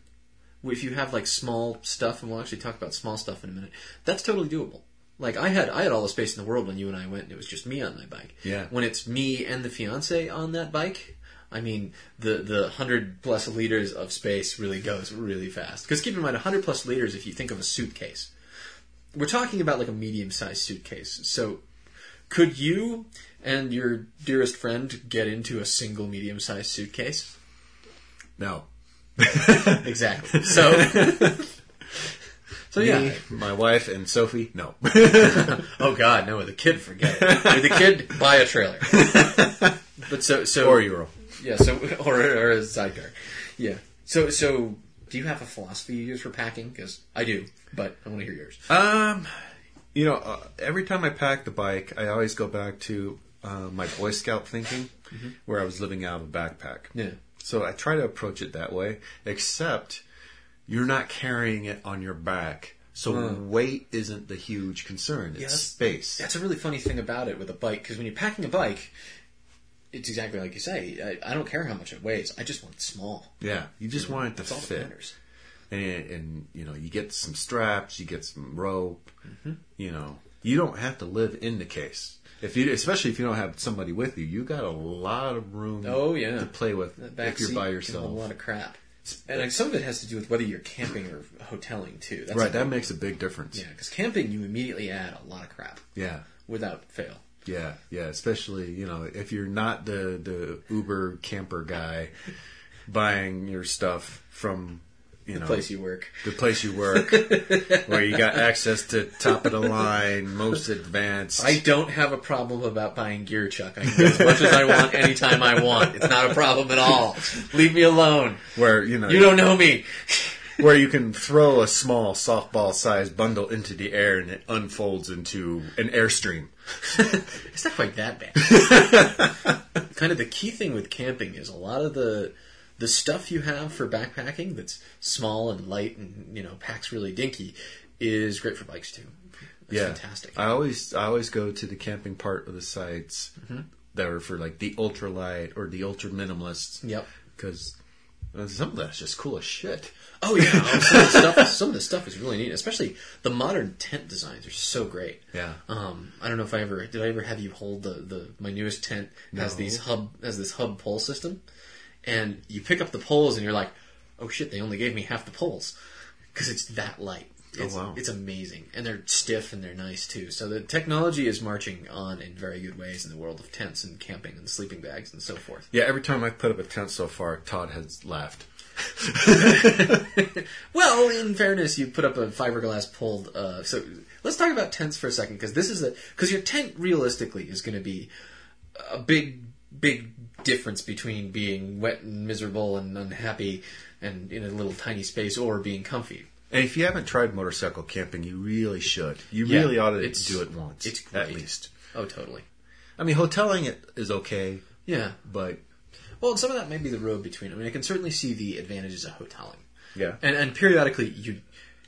[SPEAKER 2] if you have like small stuff, and we'll actually talk about small stuff in a minute, that's totally doable. Like I had, I had all the space in the world when you and I went, and it was just me on my bike.
[SPEAKER 3] Yeah.
[SPEAKER 2] When it's me and the fiance on that bike, I mean the the hundred plus liters of space really goes really fast. Because keep in mind, hundred plus liters if you think of a suitcase, we're talking about like a medium sized suitcase. So could you and your dearest friend get into a single medium sized suitcase?
[SPEAKER 3] no,
[SPEAKER 2] Exactly. So. So yeah,
[SPEAKER 3] me, my wife, and Sophie. No,
[SPEAKER 2] Oh God, no! With a kid, forget it. With a kid, buy a trailer. but so so
[SPEAKER 3] or Euro.
[SPEAKER 2] yeah so or or a sidecar, yeah. So so do you have a philosophy you use for packing? Because I do, but I want to hear yours.
[SPEAKER 3] Um, you know, uh, every time I pack the bike, I always go back to uh, my Boy Scout thinking, where I was living out of a backpack.
[SPEAKER 2] Mm-hmm. Yeah.
[SPEAKER 3] So I try to approach it that way, except you're not carrying it on your back. So
[SPEAKER 2] Hmm.
[SPEAKER 3] weight isn't the huge concern. It's
[SPEAKER 2] that's-
[SPEAKER 3] space.
[SPEAKER 2] That's a really funny thing about it with a bike because when you're packing a bike, it's exactly like you say. I, I don't care how much it weighs. I just want it small.
[SPEAKER 3] yeah. You just want it to
[SPEAKER 2] That's all that
[SPEAKER 3] fit.
[SPEAKER 2] matters.
[SPEAKER 3] And, and, you know, you get some straps, you get some rope,
[SPEAKER 2] Mm-hmm.
[SPEAKER 3] you know. You don't have to live in the case. If you, especially if you don't have somebody with you, you got a lot of room
[SPEAKER 2] Oh, yeah.
[SPEAKER 3] to play with
[SPEAKER 2] That back
[SPEAKER 3] if you're
[SPEAKER 2] seat
[SPEAKER 3] by
[SPEAKER 2] can
[SPEAKER 3] yourself.
[SPEAKER 2] hold a lot of crap. And like, some of it has to do with whether you're camping or hoteling too. That's
[SPEAKER 3] right,
[SPEAKER 2] a
[SPEAKER 3] that
[SPEAKER 2] big-
[SPEAKER 3] makes a big difference.
[SPEAKER 2] Yeah, because camping, you immediately add a lot of crap
[SPEAKER 3] yeah.
[SPEAKER 2] without fail.
[SPEAKER 3] Yeah, yeah, especially you know if you're not the the Uber camper guy buying your stuff from you know
[SPEAKER 2] Place you work.
[SPEAKER 3] the place you work where you got access to top of the line, most advanced.
[SPEAKER 2] I don't have a problem about buying gear, Chuck. I can get as much as I want anytime I want. It's not a problem at all. Leave me alone.
[SPEAKER 3] where you know
[SPEAKER 2] You don't know me.
[SPEAKER 3] where you can throw a small softball sized bundle into the air and it unfolds into an airstream.
[SPEAKER 2] It's not quite that bad. kind of the key thing with camping is a lot of the the stuff you have for backpacking that's small and light and you know packs really dinky is great for bikes too. It's
[SPEAKER 3] yeah,
[SPEAKER 2] fantastic.
[SPEAKER 3] I always I always go to the camping part of the sites that were for like the ultralight or the ultra minimalists.
[SPEAKER 2] Yep.
[SPEAKER 3] Because some of that's just cool as shit.
[SPEAKER 2] Oh yeah, oh, some of the stuff. Some of the stuff is really neat, especially the modern tent designs are so great.
[SPEAKER 3] Yeah.
[SPEAKER 2] Um, I don't know if I ever did. I ever have you hold the the my newest tent has
[SPEAKER 3] No.
[SPEAKER 2] these hub has this hub pole system, and you pick up the poles and you're like, oh shit, they only gave me half the poles because it's that light. It's,
[SPEAKER 3] Oh, wow.
[SPEAKER 2] It's amazing, and they're stiff and they're nice too. So the technology is marching on in very good ways in the world of tents and camping and sleeping bags and so forth.
[SPEAKER 3] Yeah, every time I put up a tent so far, Todd has laughed.
[SPEAKER 2] Well, oh, in fairness, you put up a fiberglass pulled. Uh, so let's talk about tents for a second, because this is a because your tent realistically is going to be a big, big difference between being wet and miserable and unhappy and in a little tiny space or being comfy.
[SPEAKER 3] And if you haven't tried motorcycle camping, you really should. You
[SPEAKER 2] Yeah,
[SPEAKER 3] really ought to
[SPEAKER 2] it's-
[SPEAKER 3] do it once,
[SPEAKER 2] it's
[SPEAKER 3] at
[SPEAKER 2] great.
[SPEAKER 3] least.
[SPEAKER 2] Oh, totally.
[SPEAKER 3] I mean, hoteling it is okay,
[SPEAKER 2] Yeah.
[SPEAKER 3] but
[SPEAKER 2] Well, and some of that may be the road between. I mean, I can certainly see the advantages of hoteling.
[SPEAKER 3] Yeah.
[SPEAKER 2] And and periodically you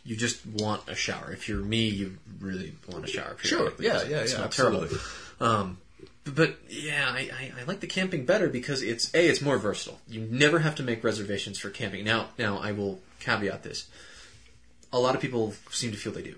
[SPEAKER 2] you just want a shower. If you're me, you really want a shower. Periodically.
[SPEAKER 3] Yeah, yeah,
[SPEAKER 2] It
[SPEAKER 3] yeah,
[SPEAKER 2] smells terrible.
[SPEAKER 3] absolutely.
[SPEAKER 2] Um, but yeah, I, I, I like the camping better because it's a it's more versatile. You never have to make reservations for camping. Now now I will caveat this. A lot of people seem to feel they do.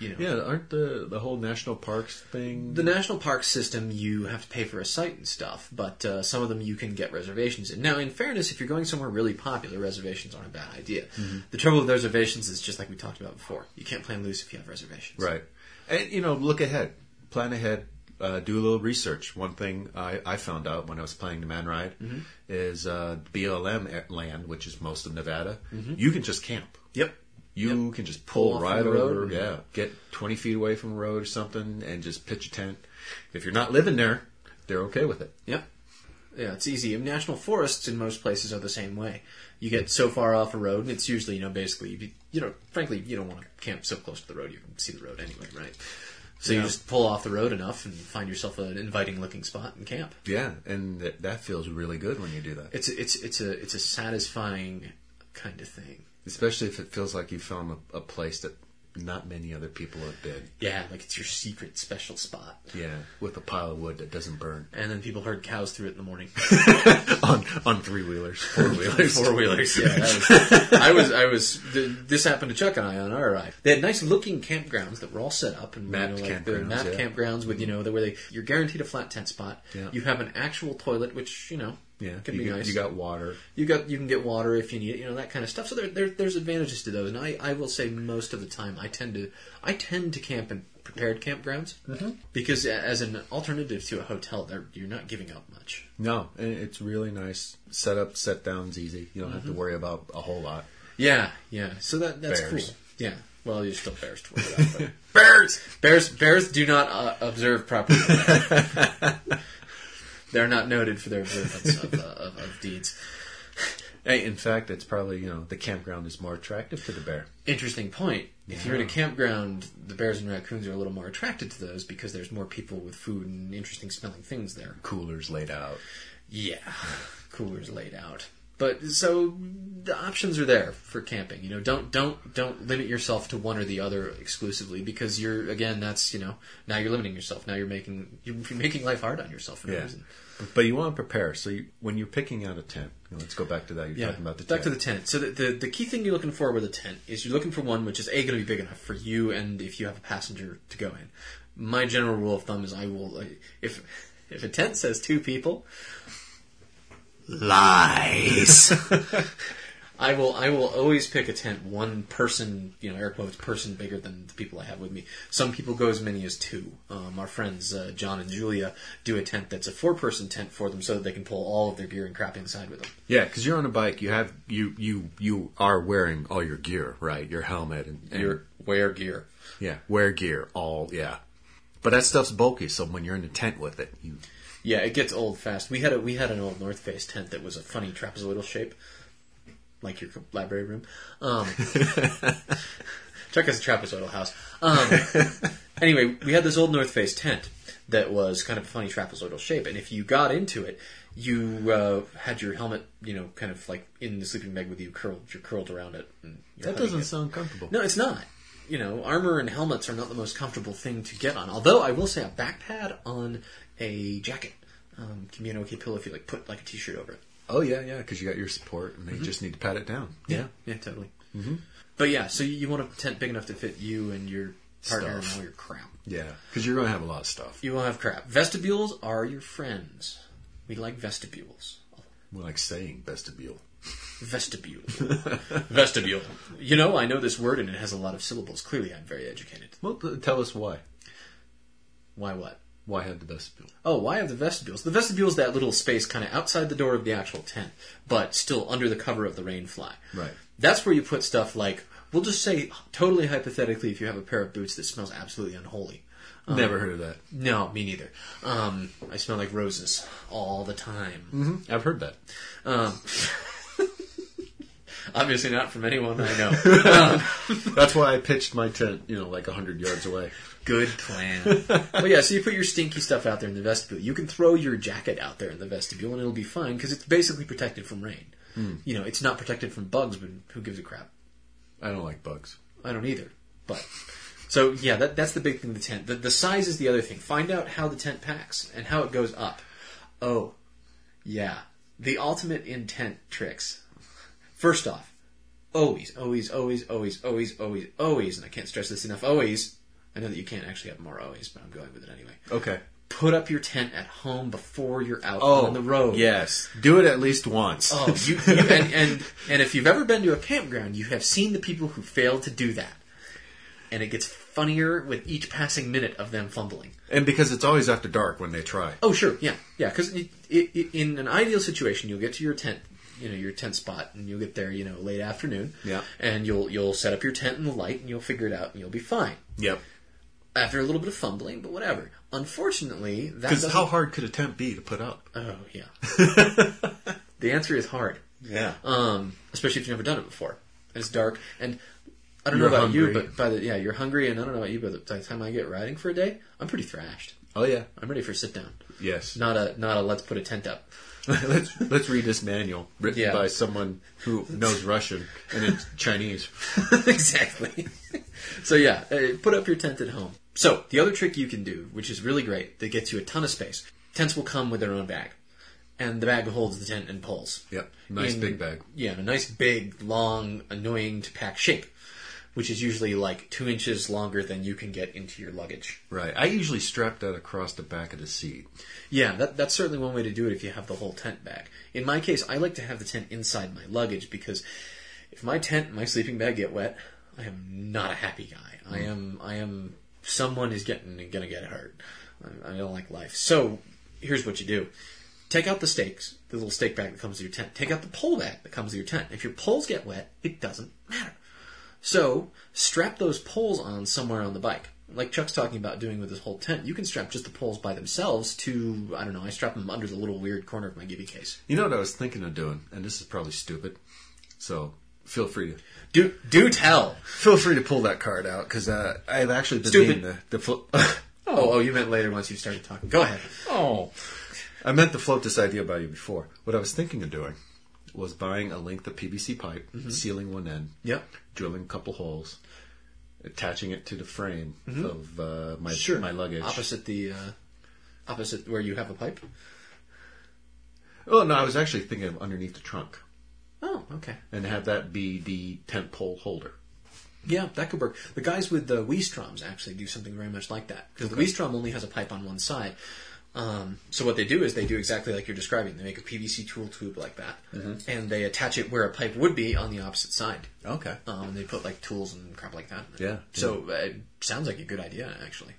[SPEAKER 2] You know,
[SPEAKER 3] yeah, aren't the the whole national parks thing?
[SPEAKER 2] the national park system, you have to pay for a site and stuff, but uh, some of them you can get reservations in. Now, in fairness, if you're going somewhere really popular, reservations aren't a bad idea.
[SPEAKER 3] Mm-hmm.
[SPEAKER 2] The trouble with reservations is just like we talked about before. You can't plan loose if you have reservations.
[SPEAKER 3] Right. And, you know, look ahead, plan ahead, uh, do a little research. One thing I, I found out when I was playing the Man Ride is uh, BLM at- land, which is most of Nevada, you can just camp.
[SPEAKER 2] Yep.
[SPEAKER 3] You can just pull,
[SPEAKER 2] Pull off
[SPEAKER 3] right
[SPEAKER 2] the road.
[SPEAKER 3] over, yeah, get 20 feet away from the road or something and just pitch a tent. If you're not living there, they're okay with it.
[SPEAKER 2] Yep. Yeah, it's easy. And national forests in most places are the same way. You get so far off a road, and it's usually, you know, basically, you, you know, frankly, you don't want to camp so close to the road. You can see the road anyway, right? So you
[SPEAKER 3] Yeah.
[SPEAKER 2] just pull off the road enough and find yourself an inviting looking spot and camp.
[SPEAKER 3] Yeah, and that that feels really good when you do that.
[SPEAKER 2] It's it's it's a it's a satisfying kind of thing.
[SPEAKER 3] Especially if it feels like you found a, a place that not many other people have been.
[SPEAKER 2] Yeah, like it's your secret special spot.
[SPEAKER 3] Yeah, with a pile of wood that doesn't burn.
[SPEAKER 2] And then people heard cows through it in the morning.
[SPEAKER 3] on on three wheelers, four wheelers,
[SPEAKER 2] Four wheelers. Yeah, that was, I was I was. Th- this happened to Chuck and I on our ride. They had nice looking campgrounds that were all set up and
[SPEAKER 3] Mapped
[SPEAKER 2] you know, like the
[SPEAKER 3] campgrounds,
[SPEAKER 2] mapped
[SPEAKER 3] yeah.
[SPEAKER 2] campgrounds with you know the, where they you're guaranteed a flat tent spot.
[SPEAKER 3] Yeah.
[SPEAKER 2] You have an actual toilet, which you know
[SPEAKER 3] Yeah,
[SPEAKER 2] can
[SPEAKER 3] you,
[SPEAKER 2] be
[SPEAKER 3] get-
[SPEAKER 2] nice.
[SPEAKER 3] you got water.
[SPEAKER 2] you got you can get water if you need it, you know that kind of stuff. So there, there there's advantages to those, and I, I will say most of the time I tend to I tend to camp in prepared campgrounds because a- as an alternative to a hotel, there you're not giving up much.
[SPEAKER 3] No, and it's really nice. Set up, set down's easy. You don't have to
[SPEAKER 2] Mm-hmm.
[SPEAKER 3] worry about a whole lot.
[SPEAKER 2] Yeah, yeah. So that that's
[SPEAKER 3] Bears.
[SPEAKER 2] cool. Yeah. Well, you're still bears to worry about. but- bears, bears, bears do not uh, observe properly. They're not noted for their observance of, uh, of, of deeds.
[SPEAKER 3] Hey, in fact, it's probably you know the campground is more attractive to the bear.
[SPEAKER 2] Interesting point. If you're in a campground, the bears and raccoons are a little more attracted to those because there's more people with food and interesting smelling things there.
[SPEAKER 3] Coolers laid out.
[SPEAKER 2] Yeah, coolers laid out. But so the options are there for camping. You know, don't don't don't limit yourself to one or the other exclusively because you're again that's you know now you're limiting yourself. Now you're making you're, you're making life hard on yourself for no
[SPEAKER 3] Yeah,
[SPEAKER 2] reason.
[SPEAKER 3] but, but you want to prepare. So you, when you're picking out a tent, you know, let's go back to that. You're talking about the
[SPEAKER 2] back to
[SPEAKER 3] tent.
[SPEAKER 2] the tent. So the, the the key thing you're looking for with a tent is you're looking for one which is a going to be big enough for you and if you have a passenger to go in. My general rule of thumb is I will uh, if if a tent says two people, lies. I will I will always pick a tent one person you know air quotes person bigger than the people I have with me. Some people go as many as two. Um, our friends uh, John and Julia do a tent that's a four person tent for them so that they can pull all of their gear and crap inside with them.
[SPEAKER 3] yeah, because you're on a bike. You have you you you are wearing all your gear, right? Your helmet and, and
[SPEAKER 2] your wear gear.
[SPEAKER 3] yeah, wear gear. All yeah. But that stuff's bulky, so when you're in a tent with it, you
[SPEAKER 2] Yeah, it gets old fast. We had a we had an old North Face tent that was a funny trapezoidal shape, like your library room. Um, Chuck has a trapezoidal house. Um, anyway, we had this old North Face tent that was kind of a funny trapezoidal shape, and if you got into it, you uh, had your helmet, you know, kind of like in the sleeping bag with you, curled, you're curled around it. And you're
[SPEAKER 3] that
[SPEAKER 2] hugging
[SPEAKER 3] doesn't
[SPEAKER 2] it.
[SPEAKER 3] sound comfortable.
[SPEAKER 2] No, it's not. You know, armor and helmets are not the most comfortable thing to get on. Although I will say a back pad on a jacket Um, can be an okay pillow if you like put like a t-shirt over it.
[SPEAKER 3] Oh yeah, yeah, because you got your support, and they just need to pat it down. Mm-hmm. Yeah, Mm-hmm.
[SPEAKER 2] Yeah, totally. But yeah, so you want a tent big enough to fit you and your partner
[SPEAKER 3] Stuff.
[SPEAKER 2] and all your crap.
[SPEAKER 3] yeah, because you're going to have a lot of stuff.
[SPEAKER 2] You will have crap. Vestibules are your friends. We like vestibules.
[SPEAKER 3] We like saying vestibule.
[SPEAKER 2] Vestibule. Vestibule. You know, I know this word and it has a lot of syllables. Clearly, I'm very educated.
[SPEAKER 3] Well, th- tell us why.
[SPEAKER 2] Why what?
[SPEAKER 3] Why have the vestibule?
[SPEAKER 2] Oh, why have the vestibules? The vestibule's that little space kind of outside the door of the actual tent, but still under the cover of the rainfly.
[SPEAKER 3] Right.
[SPEAKER 2] That's where you put stuff like, we'll just say, totally hypothetically, if you have a pair of boots that smells absolutely unholy.
[SPEAKER 3] Never heard of that.
[SPEAKER 2] No, me neither. Um, I smell like roses all the time.
[SPEAKER 3] I've heard that.
[SPEAKER 2] Um, obviously not from anyone I know. Um,
[SPEAKER 3] That's why I pitched my tent, you know, like hundred yards away.
[SPEAKER 2] good plan. But yeah, so you put your stinky stuff out there in the vestibule. You can throw your jacket out there in the vestibule, and it'll be fine because it's basically protected from rain. You know, it's not protected from bugs, but who gives a crap?
[SPEAKER 3] I don't like bugs.
[SPEAKER 2] I don't either. But so yeah, that, that's the big thing. The tent. The, the size is the other thing. Find out how the tent packs and how it goes up. Oh, yeah. The ultimate in tent tricks. First off, always, always, always, always, always, always, always, and I can't stress this enough. Always. I know that you can't actually have more always, but I'm going with it anyway.
[SPEAKER 3] Okay.
[SPEAKER 2] Put up your tent at home before you're out
[SPEAKER 3] Oh,
[SPEAKER 2] on the road.
[SPEAKER 3] Yes, do it at least once.
[SPEAKER 2] Oh, you, you and, and and if you've ever been to a campground, you have seen the people who fail to do that, and it gets funnier with each passing minute of them fumbling.
[SPEAKER 3] and because it's always after dark when they try.
[SPEAKER 2] Oh, sure, yeah, yeah, because it, it, it, in an ideal situation, you'll get to your tent, you know, your tent spot, and you'll get there, you know, late afternoon.
[SPEAKER 3] Yeah.
[SPEAKER 2] and you'll you'll set up your tent and the light, and you'll figure it out, and you'll be fine.
[SPEAKER 3] Yep.
[SPEAKER 2] After a little bit of fumbling, but whatever. Unfortunately, that
[SPEAKER 3] Because
[SPEAKER 2] doesn't-
[SPEAKER 3] how hard could a tent be to put up?
[SPEAKER 2] Oh, yeah. the answer is hard.
[SPEAKER 3] Yeah.
[SPEAKER 2] um, especially if you've never done it before. And it's dark, and I don't
[SPEAKER 3] You're
[SPEAKER 2] know about you,
[SPEAKER 3] hungry.
[SPEAKER 2] but by the yeah, you're hungry, and I don't know about you, but by the time I get riding for a day, I'm pretty thrashed.
[SPEAKER 3] Oh yeah.
[SPEAKER 2] I'm ready for a sit down,
[SPEAKER 3] Yes.
[SPEAKER 2] not a not a let's put a tent up.
[SPEAKER 3] let's let's read this manual written
[SPEAKER 2] Yeah.
[SPEAKER 3] by someone who knows Russian and it's Chinese.
[SPEAKER 2] exactly. so yeah, uh, put up your tent at home. So the other trick you can do, which is really great, that gets you a ton of space. Tents will come with their own bag, and the bag holds the tent and poles.
[SPEAKER 3] Yep. Nice
[SPEAKER 2] in-
[SPEAKER 3] big bag.
[SPEAKER 2] Yeah, in a nice big, long, annoying to pack shape, which is usually like two inches longer than you can get into your luggage.
[SPEAKER 3] Right. I usually strap that across the back of the seat.
[SPEAKER 2] Yeah, that, that's certainly one way to do it if you have the whole tent bag. In my case, I like to have the tent inside my luggage because if my tent and my sleeping bag get wet, I am not a happy guy. I am, I am, someone is getting gonna get hurt. I, I don't like life. So here's what you do: take out the stakes, the little stake bag that comes to your tent. Take out the pole bag that comes to your tent. If your poles get wet, it doesn't matter. So strap those poles on somewhere on the bike. Like Chuck's talking about doing with his whole tent, you can strap just the poles by themselves to, I don't know, I strap them under the little weird corner of my Gibby case.
[SPEAKER 3] You know what I was thinking of doing, and this is probably stupid. So feel free to
[SPEAKER 2] Do do tell.
[SPEAKER 3] feel free to pull that card out because uh, I've actually been
[SPEAKER 2] Stupid.
[SPEAKER 3] meaning to, to flo-
[SPEAKER 2] Oh, oh, you meant later once you started talking. Go ahead.
[SPEAKER 3] oh, I meant to float this idea by you before. What I was thinking of doing was buying a length of PVC pipe, sealing one end,
[SPEAKER 2] Yep.
[SPEAKER 3] drilling a couple holes, attaching it to the frame of uh, my my luggage.
[SPEAKER 2] Mm-hmm. Opposite the uh, opposite where you have a pipe.
[SPEAKER 3] Oh no, I was actually thinking of underneath the trunk
[SPEAKER 2] Oh, okay.
[SPEAKER 3] and have that be the tent pole holder.
[SPEAKER 2] Yeah, that could work. The guys with the Wiestroms actually do something very much like that because the Wiestrom only has a pipe on one side. Um, so what they do is they do exactly like you're describing. They make a PVC tool tube like that,
[SPEAKER 3] Mm-hmm.
[SPEAKER 2] and they attach it where a pipe would be on the opposite side.
[SPEAKER 3] Okay.
[SPEAKER 2] Um, and they put like tools and crap like that.
[SPEAKER 3] Yeah.
[SPEAKER 2] So uh, it sounds like a good idea actually.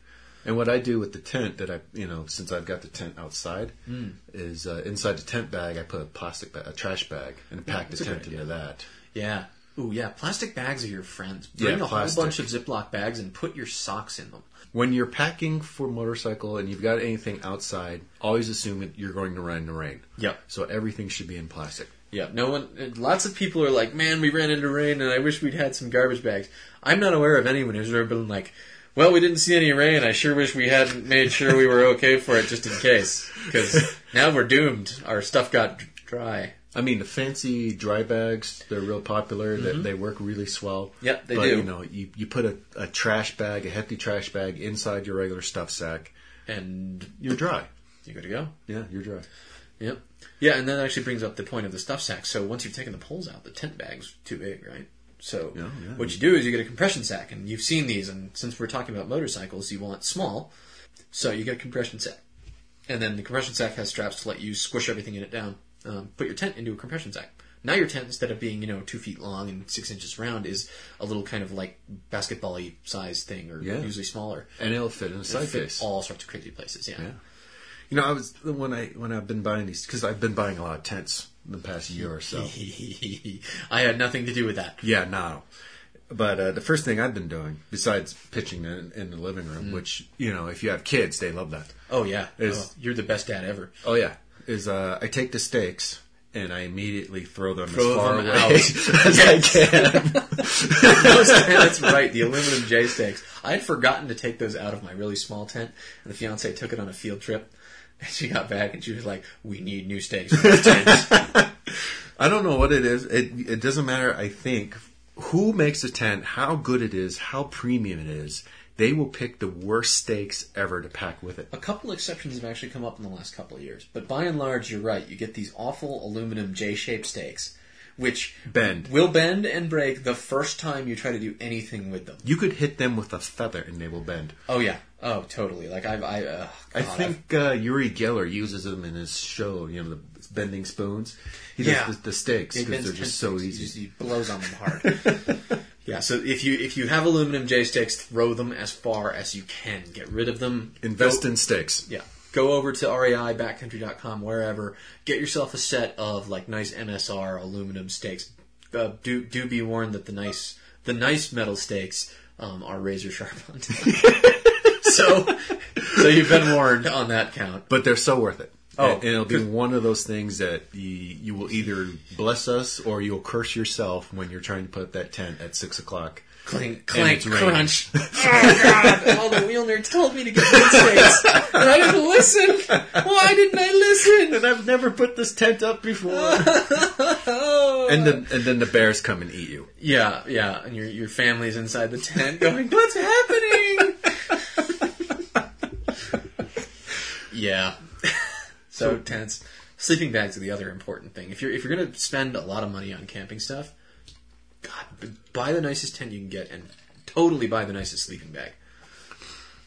[SPEAKER 3] And what I do with the tent that I, you know, since I've got the tent outside,
[SPEAKER 2] Mm.
[SPEAKER 3] is uh, inside the tent bag I put a plastic, ba- a trash bag, and pack the
[SPEAKER 2] that's a
[SPEAKER 3] tent
[SPEAKER 2] good
[SPEAKER 3] into that.
[SPEAKER 2] Yeah. Ooh, yeah. Plastic bags are your friends.
[SPEAKER 3] Yeah,
[SPEAKER 2] Bring a
[SPEAKER 3] plastic.
[SPEAKER 2] whole bunch of Ziploc bags and put your socks in them.
[SPEAKER 3] When you're packing for motorcycle and you've got anything outside, always assume that you're going to run in the rain.
[SPEAKER 2] Yep.
[SPEAKER 3] So everything should be in plastic.
[SPEAKER 2] Yeah, no one. and Lots of people are like, "Man, we ran into rain, and I wish we'd had some garbage bags." I'm not aware of anyone who's ever been like, "Well, we didn't see any rain. I sure wish we hadn't made sure we were okay for it just in case, because now we're doomed. Our stuff got d- dry."
[SPEAKER 3] I mean, the fancy dry bags, they're real popular. That They, work really swell.
[SPEAKER 2] Mm-hmm. Yep, they
[SPEAKER 3] but,
[SPEAKER 2] do.
[SPEAKER 3] you know, you, you put a, a trash bag, a hefty trash bag inside your regular stuff sack,
[SPEAKER 2] And
[SPEAKER 3] you're dry.
[SPEAKER 2] You good to go.
[SPEAKER 3] Yeah, you're dry.
[SPEAKER 2] Yep. Yeah, and that actually brings up the point of the stuff sack. So once you've taken the poles out, the tent bag's too big, right? So
[SPEAKER 3] Yeah, Oh, yeah.
[SPEAKER 2] what you do is you get a compression sack, and you've seen these. And since we're talking about motorcycles, you want small, so you get a compression sack, and then the compression sack has straps to let you squish everything in it down. Um, put your tent into a compression sack. Now your tent, instead of being you know two feet long and six inches round, is a little kind of like basketball-y size thing, or
[SPEAKER 3] Yeah.
[SPEAKER 2] usually smaller.
[SPEAKER 3] And it'll fit in a
[SPEAKER 2] They
[SPEAKER 3] side
[SPEAKER 2] fit
[SPEAKER 3] case.
[SPEAKER 2] all sorts of crazy places. Yeah.
[SPEAKER 3] Yeah. You know, I was when I when I've been buying these because I've been buying a lot of tents in the past year or so.
[SPEAKER 2] I had nothing to do with that.
[SPEAKER 3] yeah, no. But uh, the first thing I've been doing, besides pitching in, in the living
[SPEAKER 2] Mm.
[SPEAKER 3] room, which you know, if you have kids, they love that.
[SPEAKER 2] Oh yeah,
[SPEAKER 3] Is-
[SPEAKER 2] Oh, you're the best dad ever.
[SPEAKER 3] Oh yeah, is uh, I take the steaks and I immediately throw them
[SPEAKER 2] Throw
[SPEAKER 3] as far
[SPEAKER 2] them
[SPEAKER 3] away
[SPEAKER 2] out.
[SPEAKER 3] as I can.
[SPEAKER 2] That's right, the aluminum J stakes. I had forgotten to take those out of my really small tent, and the fiance took it on a field trip. And she got back and she was like, "We need new stakes for the tents."
[SPEAKER 3] I don't know what it is. It it doesn't matter. I think who makes a tent, how good it is, how premium it is. They will pick the worst steaks ever to pack with it.
[SPEAKER 2] a couple exceptions have actually come up in the last couple of years, but by and large, you're right. You get these awful aluminum J-shaped stakes, which
[SPEAKER 3] Bend.
[SPEAKER 2] will bend and break the first time you try to do anything with them.
[SPEAKER 3] You could hit them with a feather and they will bend.
[SPEAKER 2] Oh yeah, oh totally. Like I've, I, uh,
[SPEAKER 3] I
[SPEAKER 2] God, I've-
[SPEAKER 3] think uh, Yuri Geller uses them in his show, you know, the bending spoons. He does
[SPEAKER 2] Yeah.
[SPEAKER 3] the, the steaks
[SPEAKER 2] They've
[SPEAKER 3] because
[SPEAKER 2] been
[SPEAKER 3] they're just so
[SPEAKER 2] tentacles.
[SPEAKER 3] easy.
[SPEAKER 2] He just- he blows on them hard. yeah. So if you if you have aluminum J sticks, throw them as far as you can. Get rid of them.
[SPEAKER 3] Invest
[SPEAKER 2] Go-
[SPEAKER 3] in steaks.
[SPEAKER 2] Yeah. Go over to reibackcountry.com wherever. Get yourself a set of like nice MSR aluminum stakes. Uh, do do be warned that the nice the nice metal stakes um, are razor sharp on top. so so you've been warned on that count.
[SPEAKER 3] But they're so worth it.
[SPEAKER 2] Oh,
[SPEAKER 3] and, and it'll be
[SPEAKER 2] 'cause-
[SPEAKER 3] one of those things that you, you will either bless us or you'll curse yourself when you're trying to put up that tent at six o'clock.
[SPEAKER 2] Clink,
[SPEAKER 3] And
[SPEAKER 2] clank,
[SPEAKER 3] it's raining.
[SPEAKER 2] crunch. oh, God. All the wheel nerds told me to get headspace. and I didn't listen. Why didn't I listen?
[SPEAKER 3] And I've never put this tent up before.
[SPEAKER 2] Oh.
[SPEAKER 3] and then and then the bears come and eat you.
[SPEAKER 2] yeah, yeah. And your, your family's inside the tent going, what's happening? yeah. so tents. Sleeping bags are the other important thing. If you're if you're gonna spend a lot of money on camping stuff, God, b- buy the nicest tent you can get, and totally buy the nicest sleeping bag.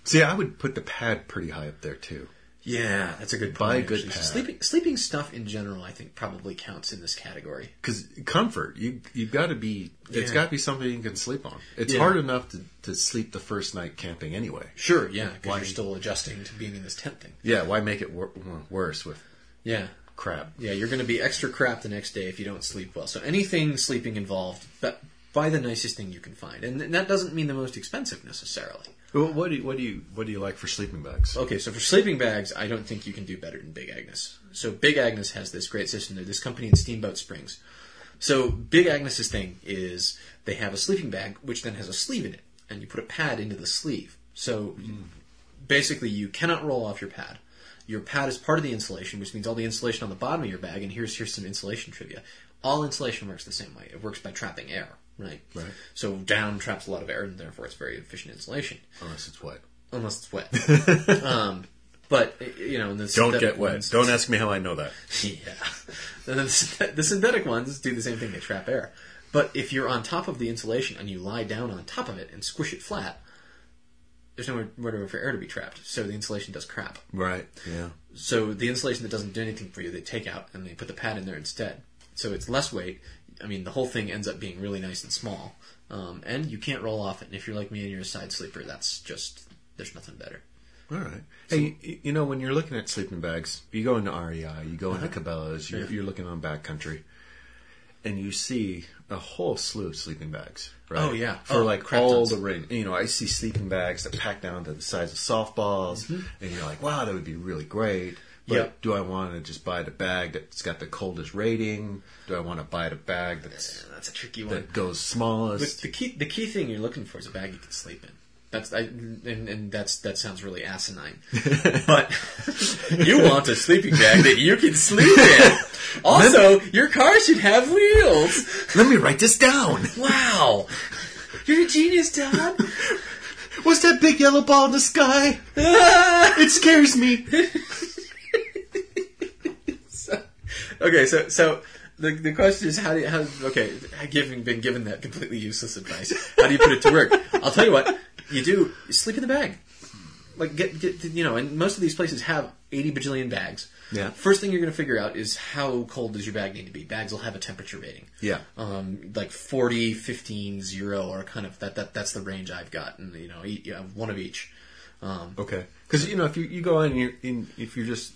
[SPEAKER 3] See, I would put the pad pretty high up there too.
[SPEAKER 2] Yeah, that's a good point.
[SPEAKER 3] Buy a good
[SPEAKER 2] actually.
[SPEAKER 3] pad.
[SPEAKER 2] Sleeping sleeping stuff in general, I think, probably counts in this category.
[SPEAKER 3] because comfort you you've got to be it's
[SPEAKER 2] Yeah.
[SPEAKER 3] got to be something you can sleep on it's
[SPEAKER 2] Yeah.
[SPEAKER 3] hard enough to, to sleep the first night camping anyway
[SPEAKER 2] Sure, yeah, because
[SPEAKER 3] Why-
[SPEAKER 2] you're still adjusting to being in this tent thing.
[SPEAKER 3] yeah why make it wor- w- worse with
[SPEAKER 2] Yeah,
[SPEAKER 3] crap
[SPEAKER 2] yeah, you're going to be extra crap the next day if you don't sleep well. So anything sleeping involved, but buy the nicest thing you can find, and th- that doesn't mean the most expensive necessarily.
[SPEAKER 3] Well, what do you, what do you what do you like for sleeping bags
[SPEAKER 2] Okay, so for sleeping bags, I don't think you can do better than Big Agnes. So Big Agnes has this great system. They're this company in Steamboat Springs. So Big Agnes's thing is they have a sleeping bag which then has a sleeve in it, and you put a pad into the sleeve. So basically, you cannot roll off your pad. Your pad is part of the insulation, which means all the insulation on the bottom of your bag. And here's here's some insulation trivia. All insulation works the same way. It works by trapping air, right?
[SPEAKER 3] Right.
[SPEAKER 2] So down traps a lot of air, and therefore it's very efficient insulation
[SPEAKER 3] unless it's wet
[SPEAKER 2] unless it's wet. um, but uh, you know, and the
[SPEAKER 3] don't
[SPEAKER 2] synthetic
[SPEAKER 3] get wet
[SPEAKER 2] ones-
[SPEAKER 3] don't ask me how i know that
[SPEAKER 2] yeah. And then the synthet- the synthetic ones do the same thing; they trap air. But if you're on top of the insulation and you lie down on top of it and squish it flat, there's nowhere nowhere for air to be trapped. So the insulation does crap.
[SPEAKER 3] right yeah
[SPEAKER 2] So the insulation that doesn't do anything for you, they take out and they put the pad in there instead. So it's less weight. I mean, the whole thing ends up being really nice and small, um, and you can't roll off it. And if you're like me and you're a side sleeper, that's just there's nothing better.
[SPEAKER 3] all right hey you, you know when you're looking at sleeping bags you go into rei you go
[SPEAKER 2] Uh-huh.
[SPEAKER 3] into cabela's you're, you're looking on backcountry and you see a whole slew of sleeping bags right
[SPEAKER 2] Oh, yeah.
[SPEAKER 3] for
[SPEAKER 2] Oh,
[SPEAKER 3] like
[SPEAKER 2] crap
[SPEAKER 3] all
[SPEAKER 2] tons.
[SPEAKER 3] the rain you know i see sleeping bags that pack down to the size of softballs
[SPEAKER 2] Mm-hmm.
[SPEAKER 3] and you're like wow that would be really great but
[SPEAKER 2] Yep.
[SPEAKER 3] do i want to just buy the bag that's got the coldest rating do i want to buy the bag that's
[SPEAKER 2] That's a tricky one.
[SPEAKER 3] that goes
[SPEAKER 2] But
[SPEAKER 3] smallest
[SPEAKER 2] the key the key thing you're looking for is a bag you can sleep in. That's I, and, and that's that sounds really asinine, but you want a sleeping bag that you can sleep in. Also, your car should have wheels.
[SPEAKER 3] let me write this down
[SPEAKER 2] Wow, you're a genius, Dad.
[SPEAKER 3] what's that big yellow ball in the sky it scares me
[SPEAKER 2] Okay, so so the, the question is how do you, how okay giving been given that completely useless advice. How do you put it to work? I'll tell you what you do: you sleep in the bag. Like get get you know, and most of these places have eighty bajillion bags.
[SPEAKER 3] Yeah.
[SPEAKER 2] First thing you're going to figure out is how cold does your bag need to be. Bags will have a temperature rating.
[SPEAKER 3] Yeah.
[SPEAKER 2] Um, like 40, 15, 0 are kind of that that that's the range I've gotten. You know, e- yeah, one of each. Um,
[SPEAKER 3] Okay, because you know if you, you go in, and you're in if you're just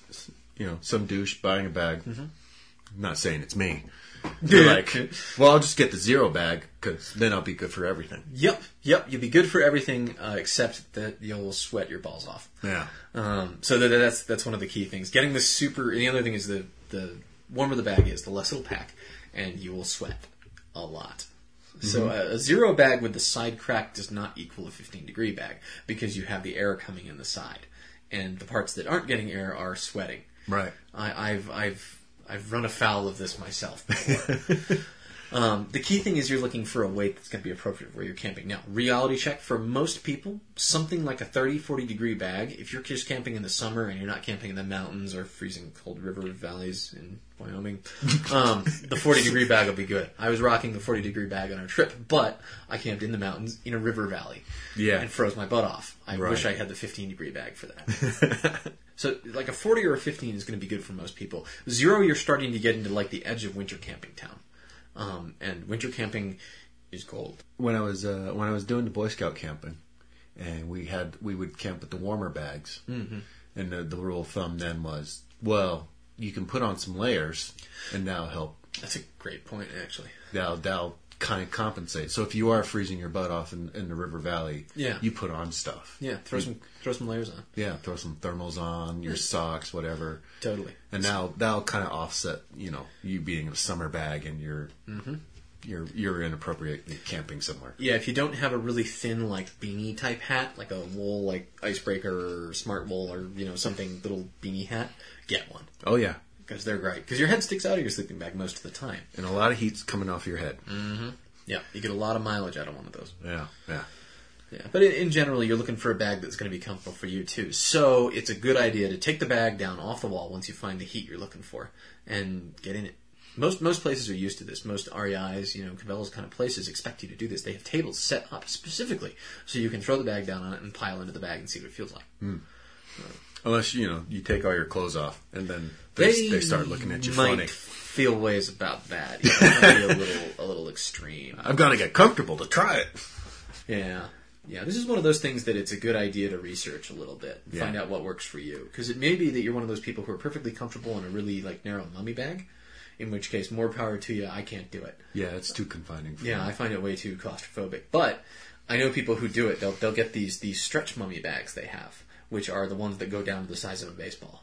[SPEAKER 3] you know some douche buying a bag. I'm not saying it's me. You're like, well, I'll just get the zero bag because then I'll be good for everything.
[SPEAKER 2] Yep, yep. You'll be good for everything uh, except that you'll sweat your balls off.
[SPEAKER 3] Yeah.
[SPEAKER 2] Um, so that, that's that's one of the key things. Getting the super. The other thing is the the warmer the bag is, the less it'll pack, and you will sweat a lot. So a, a zero bag with the side crack does not equal a 15 degree bag because you have the air coming in the side, and the parts that aren't getting air are sweating.
[SPEAKER 3] Right.
[SPEAKER 2] I, I've I've I've run afoul of this myself before. um, the key thing is you're looking for a weight that's going to be appropriate where you're camping. Now, reality check for most people, something like a 30, 40 degree bag. If you're just camping in the summer and you're not camping in the mountains or freezing cold river valleys in Wyoming, um, the 40 degree bag will be good. I was rocking the 40 degree bag on our trip, but I camped in the mountains in a river valley
[SPEAKER 3] Yeah.
[SPEAKER 2] and froze my butt off. I
[SPEAKER 3] Right.
[SPEAKER 2] wish I had the 15 degree bag for that. So, like a 40 or a 15 is going to be good for most people. Zero, you're starting to get into like the edge of winter camping town. Um, and winter camping is cold.
[SPEAKER 3] when I was uh, when I was doing the Boy Scout camping, and we had we would camp with the warmer bags, mm-hmm. and the, the rule of thumb then was, well, you can put on some layers, and that'll help.
[SPEAKER 2] That's a great point, actually.
[SPEAKER 3] That'll that'll kind of compensate. So if you are freezing your butt off in, in the river valley,
[SPEAKER 2] Yeah.
[SPEAKER 3] you put on stuff.
[SPEAKER 2] Yeah, throw some throw some layers on.
[SPEAKER 3] Yeah, throw some thermals on your socks, whatever.
[SPEAKER 2] Totally.
[SPEAKER 3] And now that'll kind of offset, you know, you being in a summer bag and you're you're you're inappropriate camping somewhere.
[SPEAKER 2] Yeah, if you don't have a really thin like beanie type hat, like a wool like icebreaker or smart wool or you know something little beanie hat, get one
[SPEAKER 3] Oh yeah,
[SPEAKER 2] because they're great. Because your head sticks out of your sleeping bag most of the time.
[SPEAKER 3] and a lot of heat's coming off your head.
[SPEAKER 2] Yeah, you get a lot of mileage out of one of those.
[SPEAKER 3] Yeah, yeah.
[SPEAKER 2] Yeah, but in, in general, you're looking for a bag that's going to be comfortable for you too. So it's a good idea to take the bag down off the wall once you find the heat you're looking for and get in it. Most most places are used to this. Most REIs, you know, Cabela's kind of places expect you to do this. They have tables set up specifically so you can throw the bag down on it and pile into the bag and see what it feels like.
[SPEAKER 3] Unless you know you take all your clothes off and then they, they, start looking at you
[SPEAKER 2] might
[SPEAKER 3] funny.
[SPEAKER 2] Feel ways about that. Yeah, it might be a little a little extreme.
[SPEAKER 3] I've got to get comfortable to try it.
[SPEAKER 2] Yeah. Yeah, this is one of those things that it's a good idea to research a little bit, and
[SPEAKER 3] Yeah.
[SPEAKER 2] find out what works for you, because it may be that you're one of those people who are perfectly comfortable in a really like narrow mummy bag, in which case more power to you. I can't do it.
[SPEAKER 3] Yeah, it's too confining. For
[SPEAKER 2] Yeah, I find it way too claustrophobic. But I know people who do it. They'll they'll get these these stretch mummy bags they have, which are the ones that go down to the size of a baseball.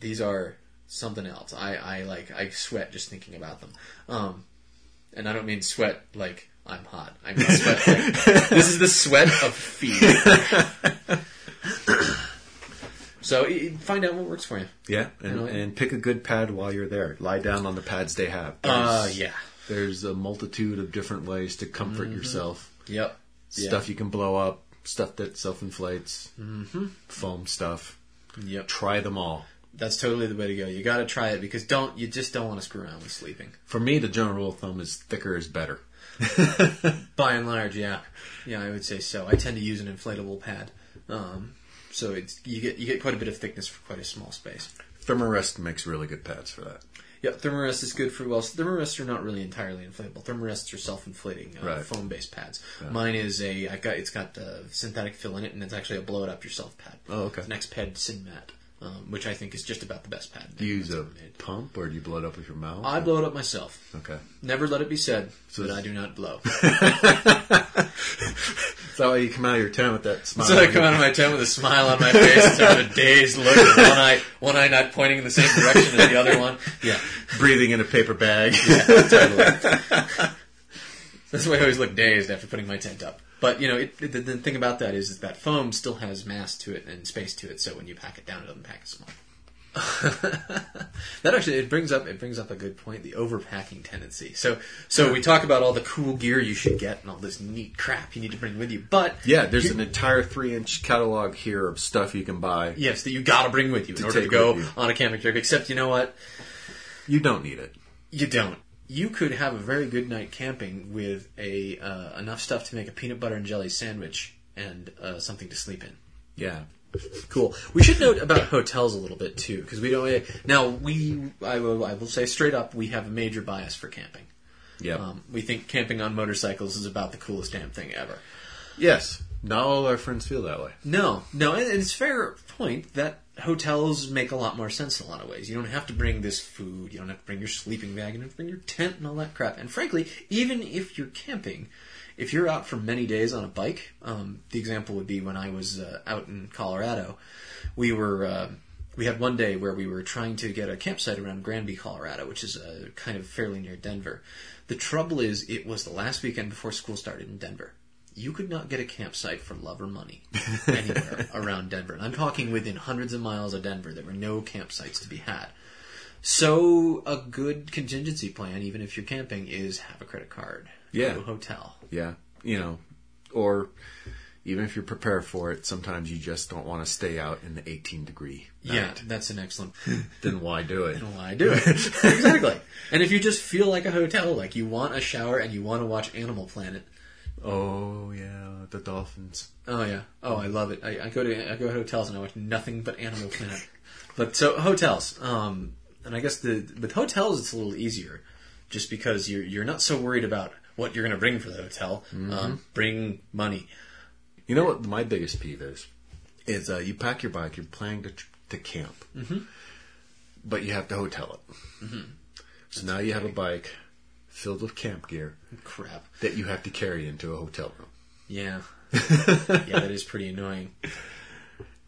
[SPEAKER 2] These are something else. I I like I sweat just thinking about them. Um, and I don't mean sweat like I'm hot. I mean sweat. Like, this is the sweat of feet. so i- i- find out what works for you.
[SPEAKER 3] yeah, and,
[SPEAKER 2] know.
[SPEAKER 3] and pick a good pad while you're there. Lie down on the pads they have.
[SPEAKER 2] Uh,
[SPEAKER 3] There's-
[SPEAKER 2] yeah.
[SPEAKER 3] There's a multitude of different ways to comfort yourself.
[SPEAKER 2] Yep.
[SPEAKER 3] Stuff you can blow up, stuff that self inflates, mm-hmm. foam stuff.
[SPEAKER 2] Yep.
[SPEAKER 3] Try them all.
[SPEAKER 2] That's totally the way to go. You got to try it because don't you just don't want to screw around with sleeping.
[SPEAKER 3] For me, the general rule of thumb is thicker is better.
[SPEAKER 2] By and large, yeah, yeah, I would say so. I tend to use an inflatable pad, um, so it's you get you get quite a bit of thickness for quite a small space.
[SPEAKER 3] Thermarest makes really good pads for that.
[SPEAKER 2] Yeah, Thermarest is good for well, Thermarests are not really entirely inflatable. Thermarests are self-inflating uh,
[SPEAKER 3] Right.
[SPEAKER 2] foam-based pads. Mine is a I've got it's got the synthetic fill in it, and it's actually a blow it up yourself pad.
[SPEAKER 3] Oh, okay.
[SPEAKER 2] Next pad, Synmat, um, which I think is just about the best pad.
[SPEAKER 3] Do you use
[SPEAKER 2] that's
[SPEAKER 3] a
[SPEAKER 2] ever made.
[SPEAKER 3] pump or do you blow it up with your mouth?
[SPEAKER 2] I blow it up myself.
[SPEAKER 3] okay.
[SPEAKER 2] Never let it be said
[SPEAKER 3] So
[SPEAKER 2] that
[SPEAKER 3] it's-
[SPEAKER 2] I do not blow.
[SPEAKER 3] That's how you come out of your tent with that smile.
[SPEAKER 2] So I come out of my tent with a smile on my face, sort of a dazed look, with one eye, one eye not pointing in the same direction as the other one. Yeah,
[SPEAKER 3] breathing in a paper bag.
[SPEAKER 2] totally. That's why I always look dazed after putting my tent up. But you know, it, the, the thing about that is, is that foam still has mass to it and space to it. So when you pack it down, it doesn't pack as small. that actually it brings up it brings up a good point the overpacking tendency. So so we talk about all the cool gear you should get and all this neat crap you need to bring with you. But
[SPEAKER 3] Yeah, there's
[SPEAKER 2] you-
[SPEAKER 3] an entire three inch catalog here of stuff you can buy.
[SPEAKER 2] Yes, that you gotta bring with you in order to
[SPEAKER 3] take
[SPEAKER 2] go
[SPEAKER 3] with you.
[SPEAKER 2] on a camping trip. Except, you know what?
[SPEAKER 3] You don't need it.
[SPEAKER 2] You don't. You could have a very good night camping with a uh, enough stuff to make a peanut butter and jelly sandwich and uh, something to sleep in.
[SPEAKER 3] Yeah.
[SPEAKER 2] Cool. We should note about hotels a little bit too, because we don't. eh, Now we, I will, I will say straight up, we have a major bias for camping.
[SPEAKER 3] Yeah.
[SPEAKER 2] Um, we think camping on motorcycles is about the coolest damn thing ever.
[SPEAKER 3] yes. Not all our friends feel that way.
[SPEAKER 2] No, no, and and it's a fair point that hotels make a lot more sense in a lot of ways. You don't have to bring this food, you don't have to bring your sleeping bag, you don't have to bring your tent and all that crap. And frankly, even if you're camping, if you're out for many days on a bike, um, the example would be when I was uh, out in Colorado, we were. Uh, we had one day where we were trying to get a campsite around Granby, Colorado, which is uh, kind of fairly near Denver. The trouble is, it was the last weekend before school started in Denver you could not get a campsite for love or money anywhere around Denver. And I'm talking within hundreds of miles of Denver. There were no campsites to be had. So a good contingency plan, even if you're camping, is have a credit card.
[SPEAKER 3] Yeah.
[SPEAKER 2] Go to a hotel.
[SPEAKER 3] Yeah. You know, or even if you prepare for it, sometimes you just don't want to stay out in the 18 degree.
[SPEAKER 2] Yeah, that's an excellent.
[SPEAKER 3] Then why do it?
[SPEAKER 2] Then why do it? exactly. And if you just feel like a hotel, like you want a shower and you want to watch Animal Planet.
[SPEAKER 3] Oh, yeah. The dolphins.
[SPEAKER 2] Oh yeah. Oh, I love it. I, I go to I go to hotels and I watch nothing but Animal Planet. but so hotels. Um, and I guess the with hotels it's a little easier, just because you're you're not so worried about what you're going to bring for the hotel. Um, bring money.
[SPEAKER 3] You know what my biggest peeve is? Is uh, you pack your bike, you're planning to, tr- to camp, but you have to hotel it. So now you have a bike filled with camp gear
[SPEAKER 2] Crap.
[SPEAKER 3] that you have to carry into a hotel room.
[SPEAKER 2] Yeah. yeah, that is pretty annoying.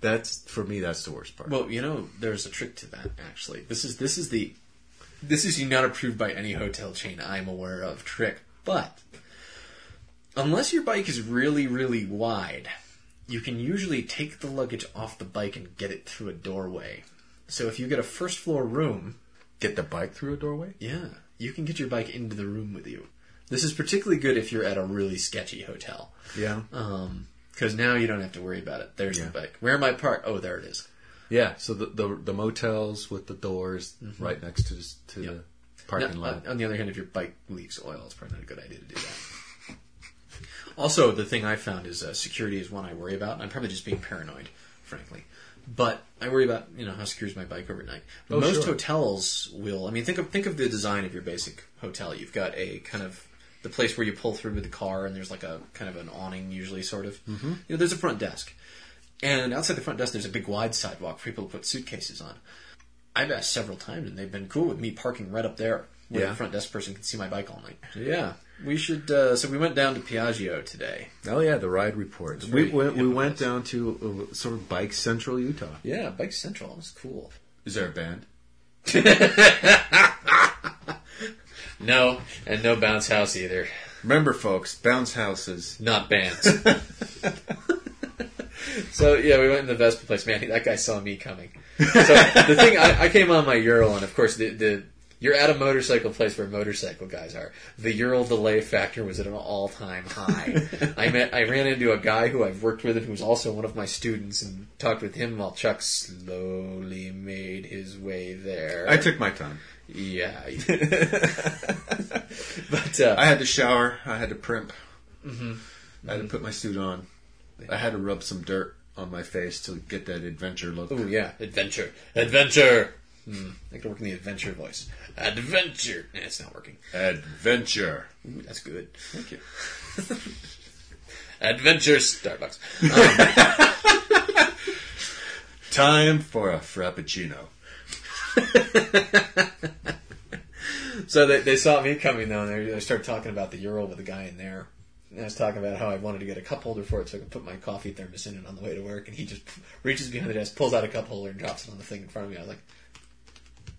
[SPEAKER 3] That's for me. That's the worst part.
[SPEAKER 2] Well, you know, there's a trick to that actually. This is this is the this is not approved by any hotel chain I'm aware of trick. But unless your bike is really really wide, you can usually take the luggage off the bike and get it through a doorway. So if you get a first floor room,
[SPEAKER 3] Get the bike through a doorway.
[SPEAKER 2] yeah, you can get your bike into the room with you. This is particularly good if you're at a really sketchy hotel.
[SPEAKER 3] Yeah,
[SPEAKER 2] Um 'cause because now you don't have to worry about it. There's
[SPEAKER 3] Yeah.
[SPEAKER 2] the bike. Where am I parked? Oh, there it is.
[SPEAKER 3] yeah. So the the, the motels with the doors right next to this, to
[SPEAKER 2] Yep.
[SPEAKER 3] the parking
[SPEAKER 2] No,
[SPEAKER 3] lot.
[SPEAKER 2] uh, On, on the other hand, if your bike leaks oil, it's probably not a good idea to do that. also, the thing I found is uh, security is one I worry about. I'm probably just being paranoid, frankly. But I worry about you know how secure is my bike overnight. But
[SPEAKER 3] Oh,
[SPEAKER 2] most
[SPEAKER 3] sure.
[SPEAKER 2] hotels will. I mean, think of think of the design of your basic hotel. You've got a kind of the place where you pull through with the car, and there's like a kind of an awning, usually sort of.
[SPEAKER 3] Mm-hmm.
[SPEAKER 2] You know, there's a front desk, and outside the front desk, there's a big wide sidewalk for people to put suitcases on. I've asked several times, and they've been cool with me parking right up there where
[SPEAKER 3] Yeah.
[SPEAKER 2] the front desk person can see my bike all night. Yeah, we should. Uh, so we went down to Piaggio today.
[SPEAKER 3] Oh yeah, the ride reports.
[SPEAKER 2] It's
[SPEAKER 3] We
[SPEAKER 2] very
[SPEAKER 3] went, we went
[SPEAKER 2] improvised.
[SPEAKER 3] down to uh, sort of Bike Central, Utah.
[SPEAKER 2] Yeah, Bike Central. That was cool.
[SPEAKER 3] Is there a band?
[SPEAKER 2] No, and no bounce house either.
[SPEAKER 3] Remember, folks, bounce houses.
[SPEAKER 2] Not bands. so yeah, we went in the Vespa place. Man, that guy saw me coming. So the thing I, I came on my Ural, and of course the, the you're at a motorcycle place where motorcycle guys are. The Ural delay factor was at an all time high. I met I ran into a guy who I've worked with and who's also one of my students, and talked with him while Chuck slowly made his way there.
[SPEAKER 3] I took my time.
[SPEAKER 2] yeah, he did. but uh,
[SPEAKER 3] I had to shower. I had to primp. Mm-hmm. I had to put my suit on. I had to rub some dirt on my face to get that adventure look.
[SPEAKER 2] Ooh, yeah, adventure, adventure. Hmm. I could work in the adventure voice. Adventure. Nah, it's not working.
[SPEAKER 3] Adventure.
[SPEAKER 2] Ooh, that's good.
[SPEAKER 3] Thank you.
[SPEAKER 2] Adventure Starbucks.
[SPEAKER 3] Time for a frappuccino.
[SPEAKER 2] So they, they saw me coming though, and they, they started talking about the Ural with the guy in there. And I was talking about how I wanted to get a cup holder for it so I could put my coffee thermos in it on the way to work. And he just reaches behind the desk, pulls out a cup holder, and drops it on the thing in front of me. I was like,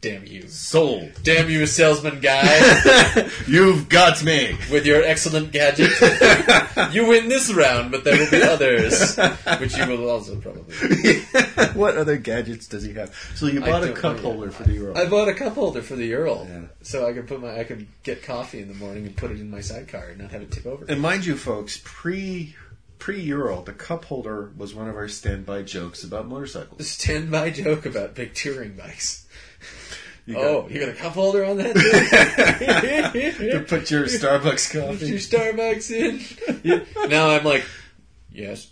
[SPEAKER 2] "Damn you,
[SPEAKER 3] Sold.
[SPEAKER 2] damn you, salesman guy,
[SPEAKER 3] You've got me.
[SPEAKER 2] with your excellent gadget. you win this round, but there will be others, which you will also probably." win."
[SPEAKER 3] what other gadgets does he have? So you
[SPEAKER 2] I
[SPEAKER 3] bought a
[SPEAKER 2] don't
[SPEAKER 3] cup
[SPEAKER 2] know yet.
[SPEAKER 3] holder for the Euro.
[SPEAKER 2] I bought a cup holder for the Ural,
[SPEAKER 3] Yeah.
[SPEAKER 2] so I could put my I could get coffee in the morning and put it in my sidecar and not have it tip over.
[SPEAKER 3] and mind you, folks, pre pre Euro, the cup holder was one of our standby jokes about motorcycles.
[SPEAKER 2] Stand by joke about big touring bikes.
[SPEAKER 3] You got
[SPEAKER 2] Oh, you got a cup holder on that?
[SPEAKER 1] to
[SPEAKER 2] thing?
[SPEAKER 1] put your Starbucks
[SPEAKER 2] Put your
[SPEAKER 1] coffee.
[SPEAKER 2] Starbucks in. Yeah. Now I'm like, yes.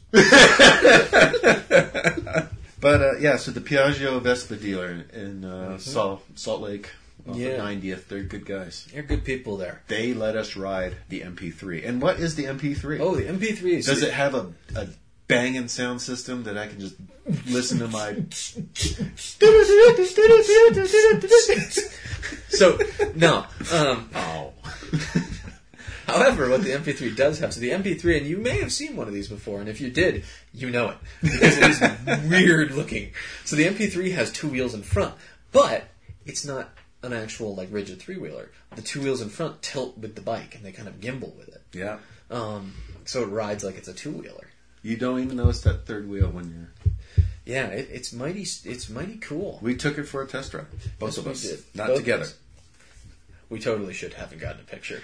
[SPEAKER 3] But uh, yeah, so the Piaggio Vespa dealer in uh, Salt, Salt Lake, off of
[SPEAKER 2] Mm-hmm. Yeah.
[SPEAKER 3] 90th, they're good guys.
[SPEAKER 2] They're good people there.
[SPEAKER 3] They let us ride the MP3. And what is the MP3?
[SPEAKER 2] Oh, the MP3s.
[SPEAKER 3] Does it have a, a banging sound system that I can just listen to my.
[SPEAKER 2] So no. Um,
[SPEAKER 3] Ow.
[SPEAKER 2] however, what the MP3 does have, so the MP3, and you may have seen one of these before, and if you did, you know it because it is weird looking. So the MP3 has two wheels in front, but it's not an actual like rigid three wheeler. The two wheels in front tilt with the bike, and they kind of gimbal with it.
[SPEAKER 3] Yeah.
[SPEAKER 2] Um, so it rides like it's a two wheeler.
[SPEAKER 3] You don't even notice that third wheel when you're.
[SPEAKER 2] Yeah, it, it's mighty. It's mighty cool.
[SPEAKER 3] We took it for a test drive. Both
[SPEAKER 2] Yes,
[SPEAKER 3] of
[SPEAKER 2] we
[SPEAKER 3] us.
[SPEAKER 2] did.
[SPEAKER 3] Not
[SPEAKER 2] Both of
[SPEAKER 3] together.
[SPEAKER 2] us. We totally should haven't gotten a picture.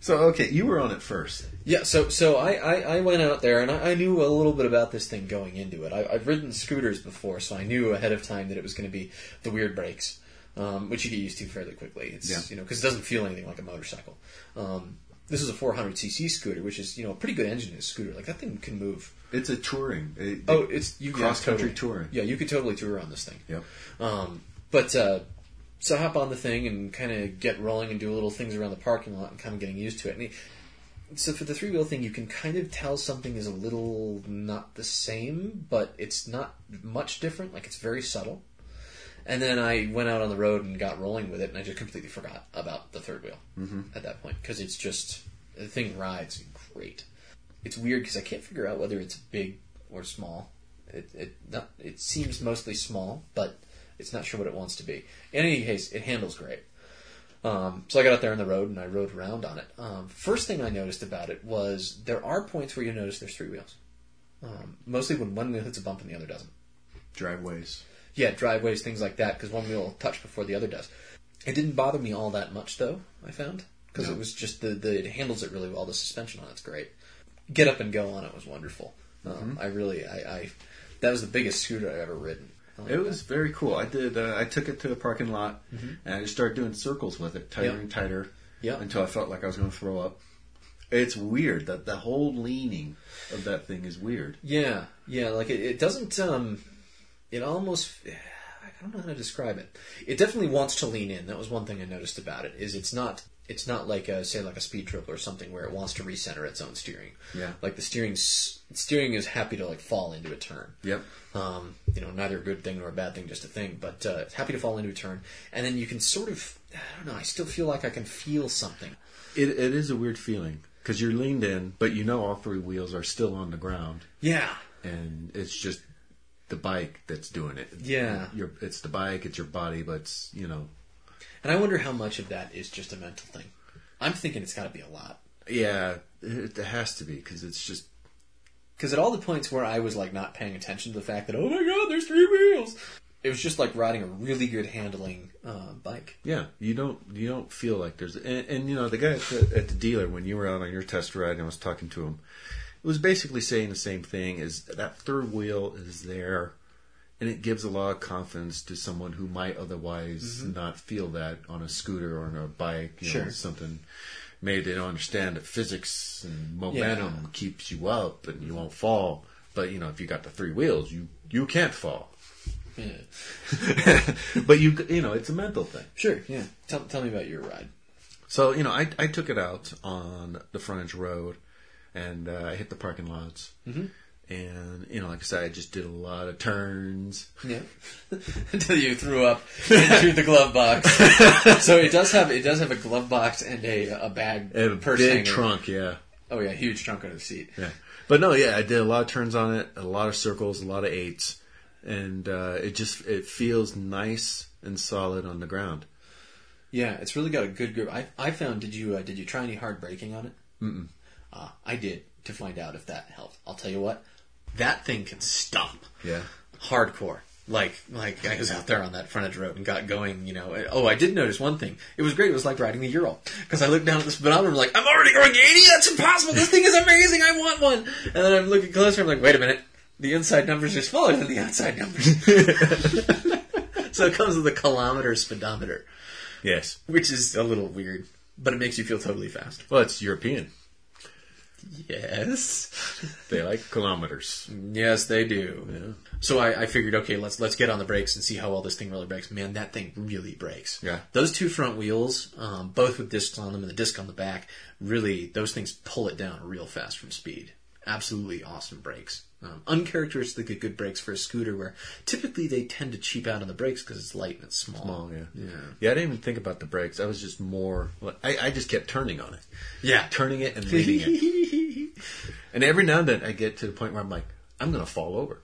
[SPEAKER 3] So, okay, you were on it first.
[SPEAKER 2] Yeah, so so I, I, I went out there and I, I knew a little bit about this thing going into it. I, I've ridden scooters before, so I knew ahead of time that it was going to be the weird brakes, um, which you get used to fairly quickly. It's
[SPEAKER 3] Yeah.
[SPEAKER 2] you know because it doesn't feel anything like a motorcycle. Um, this is a 400cc scooter, which is you know a pretty good engine in a scooter. Like that thing can move.
[SPEAKER 3] It's a touring. It-
[SPEAKER 2] Oh, it's you yeah,
[SPEAKER 3] cross country
[SPEAKER 2] totally.
[SPEAKER 3] touring.
[SPEAKER 2] Yeah, you could totally tour on this thing.
[SPEAKER 3] Yep.
[SPEAKER 2] Um, but uh, so I hop on the thing and kind of get rolling and do little things around the parking lot and kind of getting used to it. And it- so for the three wheel thing, you can kind of tell something is a little not the same, but it's not much different. Like it's very subtle. And then I went out on the road and got rolling with it, and I just completely forgot about the third wheel at that point because it's just the thing rides great. It's weird because I can't figure out whether it's big or small. It it not, it seems mostly small, but it's not sure what it wants to be. In any case, it handles great. Um, so I got out there on the road and I rode around on it. Um, first thing I noticed about it was there are points where you notice there's three wheels. Um, mostly when one wheel hits a bump and the other doesn't
[SPEAKER 3] Driveways.
[SPEAKER 2] yeah, driveways, things like that, because one wheel will touch before the other does. It didn't bother me all that much, though, I found, because
[SPEAKER 3] No.
[SPEAKER 2] it was just the, the, it handles it really well. The suspension on it's great. Get up and go on it was wonderful.
[SPEAKER 3] Mm-hmm.
[SPEAKER 2] Um, I really, I, I, that was the biggest scooter I've ever ridden. I like
[SPEAKER 3] It
[SPEAKER 2] that.
[SPEAKER 3] was very cool. I did. Uh, I took it to a parking lot and I just started doing circles with it, tighter
[SPEAKER 2] Mm-hmm. Yeah.
[SPEAKER 3] and tighter,
[SPEAKER 2] Yeah.
[SPEAKER 3] until I felt like I was going to throw up. It's weird that the whole leaning of that thing is weird.
[SPEAKER 2] Yeah, yeah. Like it, it doesn't. Um, it almost. I don't know how to describe it. It definitely wants to lean in. That was one thing I noticed about it. Is it's not. It's not like a, say like a speed trip or something where it wants to recenter its own steering.
[SPEAKER 3] Yeah.
[SPEAKER 2] Like the steering's steering is happy to like fall into a turn.
[SPEAKER 3] Yep.
[SPEAKER 2] Um, you know, neither a good thing nor a bad thing, just a thing. But uh, it's happy to fall into a turn, and then you can sort of. I don't know. I still feel like I can feel something.
[SPEAKER 3] It, it is a weird feeling because you're leaned in, but you know all three wheels are still on the ground,
[SPEAKER 2] Yeah.
[SPEAKER 3] and it's just the bike that's doing it.
[SPEAKER 2] Yeah.
[SPEAKER 3] Your, it's the bike. It's your body, but it's you know.
[SPEAKER 2] And I wonder how much of that is just a mental thing. I'm thinking it's got to be a lot.
[SPEAKER 3] Yeah, it, it has to be because it's just
[SPEAKER 2] Because at all the points where I was like not paying attention to the fact that oh my god, there's three wheels, it was just like riding a really good handling uh, bike.
[SPEAKER 3] Yeah, you don't you don't feel like there's and, and you know the guy at the, at the dealer when you were out on your test ride and I was talking to him, it was basically saying the same thing: is that third wheel is there, and it gives a lot of confidence to someone who might otherwise not feel that on a scooter or on a bike, you know,
[SPEAKER 2] Mm-hmm. Sure.
[SPEAKER 3] something. Maybe they don't understand that physics and momentum
[SPEAKER 2] Yeah.
[SPEAKER 3] keeps you up and you won't fall. But you know, if you got the three wheels, you you can't fall. but you you know, it's a mental thing.
[SPEAKER 2] Sure, yeah. Tell, tell me about your ride.
[SPEAKER 3] So you know, I I took it out on the frontage road, and uh, I hit the parking lots. Mm-hmm. And you know, like I said, I just did a lot of turns.
[SPEAKER 2] Yeah. Until you threw up into the glove box. so it does have it does have a glove box and a a bag
[SPEAKER 3] And a
[SPEAKER 2] purse
[SPEAKER 3] big
[SPEAKER 2] hanger.
[SPEAKER 3] trunk, yeah,
[SPEAKER 2] Oh yeah, huge trunk under the seat.
[SPEAKER 3] yeah. But no, yeah, I did a lot of turns on it, a lot of circles, a lot of eights, and uh, it just it feels nice and solid on the ground.
[SPEAKER 2] Yeah, it's really got a good grip. I I found did you uh, did you try any hard braking on it? Mm. Uh, I did to find out if that helped. I'll tell you what, that thing can stop.
[SPEAKER 3] Yeah.
[SPEAKER 2] hardcore. Like like I was out there on that frontage road and got going. You know, oh, I did notice one thing. It was great. It was like riding the Ural because I looked down at the speedometer. I'm like, I'm already going 80. That's impossible. This thing is amazing. I want one. And then I'm looking closer. I'm like, wait a minute. The inside numbers are smaller than the outside numbers. so it comes with a kilometer speedometer,
[SPEAKER 3] Yes.
[SPEAKER 2] which is a little weird, but it makes you feel totally fast.
[SPEAKER 3] Well, it's European.
[SPEAKER 2] Yes.
[SPEAKER 3] They like kilometers.
[SPEAKER 2] Yes, they do. So I, I figured, okay, let's let's get on the brakes and see how well this thing really brakes. Man, that thing really brakes.
[SPEAKER 3] Yeah.
[SPEAKER 2] Those two front wheels, um, both with discs on them and the disc on the back, really those things pull it down real fast from speed. Absolutely awesome brakes. Um, uncharacteristically good brakes for a scooter, where typically they tend to cheap out on the brakes because it's light and it's small.
[SPEAKER 3] Small, yeah.
[SPEAKER 2] Yeah.
[SPEAKER 3] Yeah, I didn't even think about the brakes. I was just more. I, I just kept turning on it,
[SPEAKER 2] Yeah.
[SPEAKER 3] turning it and leading it. And every now and then, I get to the point where I'm like, I'm going to fall over.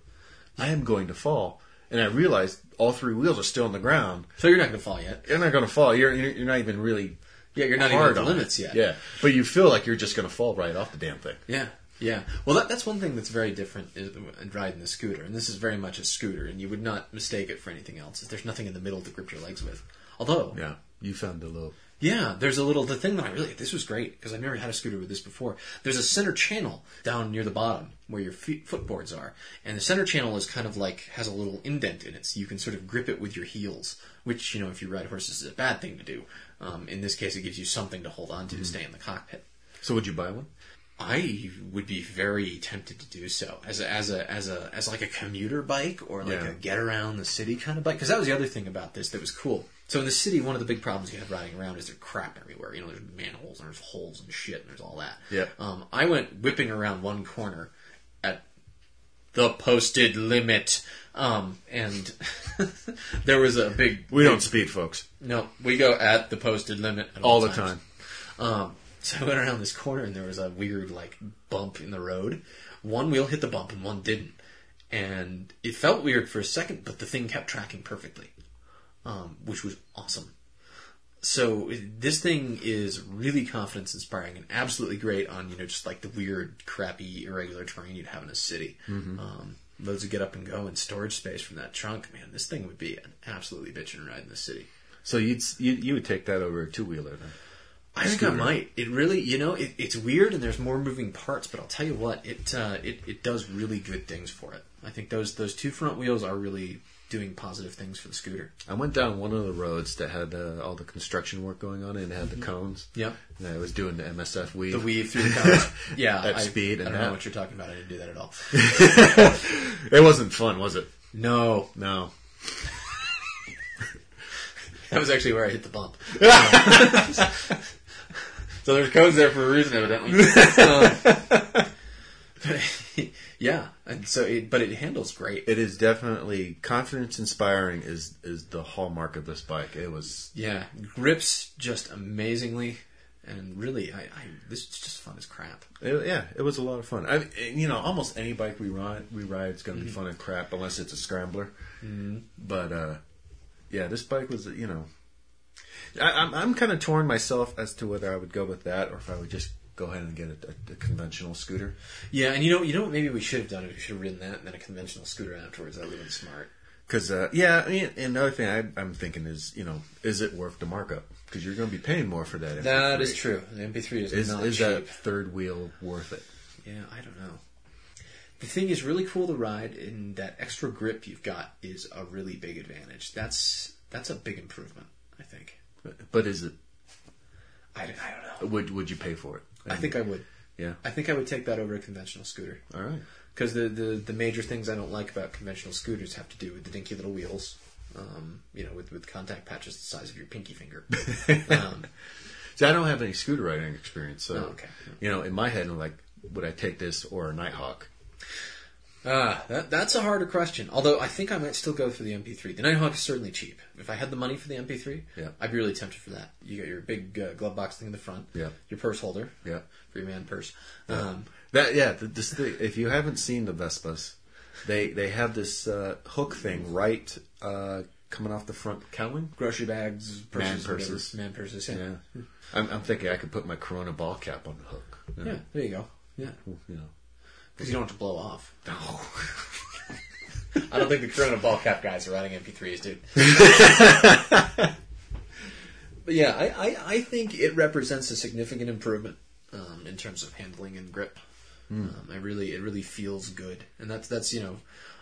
[SPEAKER 3] I am going to fall. And I realize all three wheels are still on the ground.
[SPEAKER 2] so you're not gonna fall yet.
[SPEAKER 3] You're not going to fall. You're you're you're not even really
[SPEAKER 2] Yeah, you're not even
[SPEAKER 3] hard
[SPEAKER 2] at the
[SPEAKER 3] on
[SPEAKER 2] limits
[SPEAKER 3] it.
[SPEAKER 2] yet.
[SPEAKER 3] Yeah, but you feel like you're just going to fall right off the damn thing.
[SPEAKER 2] Yeah, yeah. Well, that, that's one thing that's very different is in riding the scooter, and this is very much a scooter, and you would not mistake it for anything else. There's nothing in the middle to grip your legs with. Although, yeah,
[SPEAKER 3] Yeah, you found the little.
[SPEAKER 2] there's a little the thing that I really this was great because I've never had a scooter with this before. There's a center channel down near the bottom where your feet, footboards are, and the center channel is kind of like has a little indent in it, so you can sort of grip it with your heels. Which you know, if you ride horses, is a bad thing to do. Um, in this case, it gives you something to hold on to to stay in the cockpit.
[SPEAKER 3] So would you buy one?
[SPEAKER 2] I would be very tempted to do so as a, as a as a as like a commuter bike or like
[SPEAKER 3] Yeah.
[SPEAKER 2] a get around the city kind of bike because that was the other thing about this that was cool. So in the city, one of the big problems you have riding around is there's crap everywhere. You know, there's manholes and there's holes and shit and there's all that.
[SPEAKER 3] Yeah.
[SPEAKER 2] Um, I went whipping around one corner at the posted limit, um, and there was a big
[SPEAKER 3] We don't speed, folks.
[SPEAKER 2] no. We go at the posted limit at
[SPEAKER 3] All the
[SPEAKER 2] times.
[SPEAKER 3] time.
[SPEAKER 2] Um, so I went around this corner and there was a weird like bump in the road. One wheel hit the bump and one didn't, and it felt weird for a second, but the thing kept tracking perfectly, um, which was awesome. So this thing is really confidence inspiring and absolutely great on you know just like the weird, crappy, irregular terrain you'd have in a city. Um, loads of get up and go and storage space from that trunk. Man, this thing would be an absolutely bitchin' ride in the city.
[SPEAKER 3] So you'd s- you you would take that over a two wheeler then?
[SPEAKER 2] I think I might. It really, you know, it, it's weird and there's more moving parts, but I'll tell you what, it uh, it it does really good things for it. I think those those two front wheels are really doing positive things for the scooter.
[SPEAKER 3] I went down one of the roads that had uh, all the construction work going on and it had the cones.
[SPEAKER 2] Mm-hmm. Yeah.
[SPEAKER 3] And I was doing the MSF weave.
[SPEAKER 2] The weave through the cars. yeah,
[SPEAKER 3] At
[SPEAKER 2] I,
[SPEAKER 3] speed and
[SPEAKER 2] I don't
[SPEAKER 3] that.
[SPEAKER 2] know what you're talking about. I didn't do that at all.
[SPEAKER 3] It wasn't fun, was it?
[SPEAKER 2] No,
[SPEAKER 3] No.
[SPEAKER 2] that was actually where I hit the bump. so there's codes there for a reason, evidently. Um, yeah, and so it, but it handles great.
[SPEAKER 3] It is definitely confidence inspiring is is the hallmark of this bike. It was
[SPEAKER 2] Yeah, grips just amazingly, and really, I, I this is just fun as crap.
[SPEAKER 3] it, yeah, it was a lot of fun. I and, you know, almost any bike we ride we ride is going
[SPEAKER 2] Mm-hmm.
[SPEAKER 3] to be fun and crap unless it's a scrambler. But uh yeah, this bike was you know I, I'm I'm kind of torn myself as to whether I would go with that or if I would just go ahead and get a, a, a conventional scooter.
[SPEAKER 2] Yeah, and you know, you know what? Maybe we should have done it. We should have ridden that and then a conventional scooter afterwards. That would have been smart.
[SPEAKER 3] Because uh, yeah, I mean, and another thing I, I'm thinking is, you know, is it worth the markup? Because you're going to be paying more for that.
[SPEAKER 2] That
[SPEAKER 3] MP3.
[SPEAKER 2] is true. The MP3 is,
[SPEAKER 3] Is,
[SPEAKER 2] not
[SPEAKER 3] is
[SPEAKER 2] cheap.
[SPEAKER 3] that third wheel worth it?
[SPEAKER 2] Yeah, I don't know. The thing is really cool to ride, and that extra grip you've got is a really big advantage. That's that's a big improvement, I think.
[SPEAKER 3] But is it?
[SPEAKER 2] I, I don't know.
[SPEAKER 3] Would would you pay for it?
[SPEAKER 2] I think I would.
[SPEAKER 3] Yeah.
[SPEAKER 2] I think I would take that over a conventional scooter.
[SPEAKER 3] All right.
[SPEAKER 2] because the, the the major things I don't like about conventional scooters have to do with the dinky little wheels, um, you know, with, with contact patches the size of your pinky finger. um,
[SPEAKER 3] See, I don't have any scooter riding experience, so
[SPEAKER 2] Oh, okay.
[SPEAKER 3] you know, in my head, I'm like, would I take this or a Nighthawk?
[SPEAKER 2] ah, that, that's a harder question. Although I think I might still go for the MP3. The Nighthawk is certainly cheap. If I had the money for the MP3,
[SPEAKER 3] Yeah.
[SPEAKER 2] I'd be really tempted for that. You got your big uh, glove box thing in the front,
[SPEAKER 3] Yeah.
[SPEAKER 2] your purse holder,
[SPEAKER 3] Yeah.
[SPEAKER 2] for your man purse. Um,
[SPEAKER 3] That yeah. th this thing, if you haven't seen the Vespas, they they have this uh, hook thing right uh, coming off the front cowling.
[SPEAKER 2] grocery bags, purses,
[SPEAKER 3] Man
[SPEAKER 2] whatever.
[SPEAKER 3] purses.
[SPEAKER 2] man purses. Yeah.
[SPEAKER 3] Yeah. I'm, I'm thinking I could put my Corona ball cap on the hook. you know,
[SPEAKER 2] Yeah, there you go. Yeah,
[SPEAKER 3] You know.
[SPEAKER 2] because you don't have to blow off.
[SPEAKER 3] No.
[SPEAKER 2] I don't think the Corona ball cap guys are riding MP3s, dude. but yeah, I, I, I think it represents a significant improvement um, in terms of handling and grip. Um, I really, it really feels good, and that's that's you know,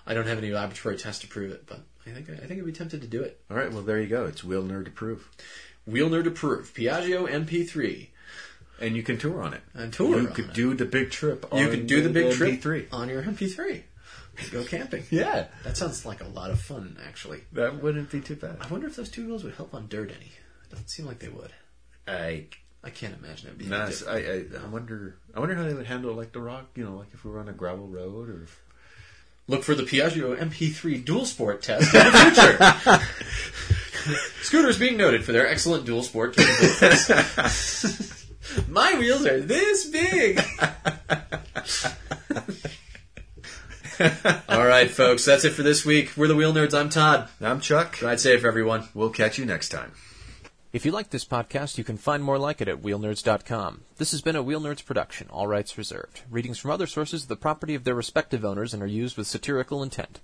[SPEAKER 2] I don't have any laboratory tests to prove it, but I think I, think I'd be tempted to do it.
[SPEAKER 3] All right, well there you go. It's wheel nerd approved,
[SPEAKER 2] Wheel nerd approved. Piaggio MP3.
[SPEAKER 3] and you can tour on it.
[SPEAKER 2] And tour
[SPEAKER 3] You
[SPEAKER 2] on
[SPEAKER 3] could
[SPEAKER 2] it.
[SPEAKER 3] do the big trip.
[SPEAKER 2] You
[SPEAKER 3] on
[SPEAKER 2] can do the big trip
[SPEAKER 3] MP3.
[SPEAKER 2] on your MP3. Go camping.
[SPEAKER 3] Yeah,
[SPEAKER 2] That sounds like a lot of fun, actually.
[SPEAKER 3] that wouldn't be too bad.
[SPEAKER 2] I wonder if those two wheels would help on dirt any. It doesn't seem like they would.
[SPEAKER 3] I
[SPEAKER 2] I can't imagine it being
[SPEAKER 3] Nah,
[SPEAKER 2] different.
[SPEAKER 3] I, I I wonder I wonder how they would handle like the rock, you know, like if we were on a gravel road or if,
[SPEAKER 2] Look for the Piaggio MP3 dual sport test in the future. Scooters being noted for their excellent dual sport capabilities. My wheels are this big. All right, folks, that's it for this week. We're the Wheel Nerds. I'm Todd.
[SPEAKER 3] I'm Chuck.
[SPEAKER 2] Ride safe, everyone.
[SPEAKER 3] We'll catch you next time.
[SPEAKER 1] If you like this podcast, you can find more like it at wheelnerds.com. This has been a Wheel Nerds production, all rights reserved. Readings from other sources are the property of their respective owners and are used with satirical intent.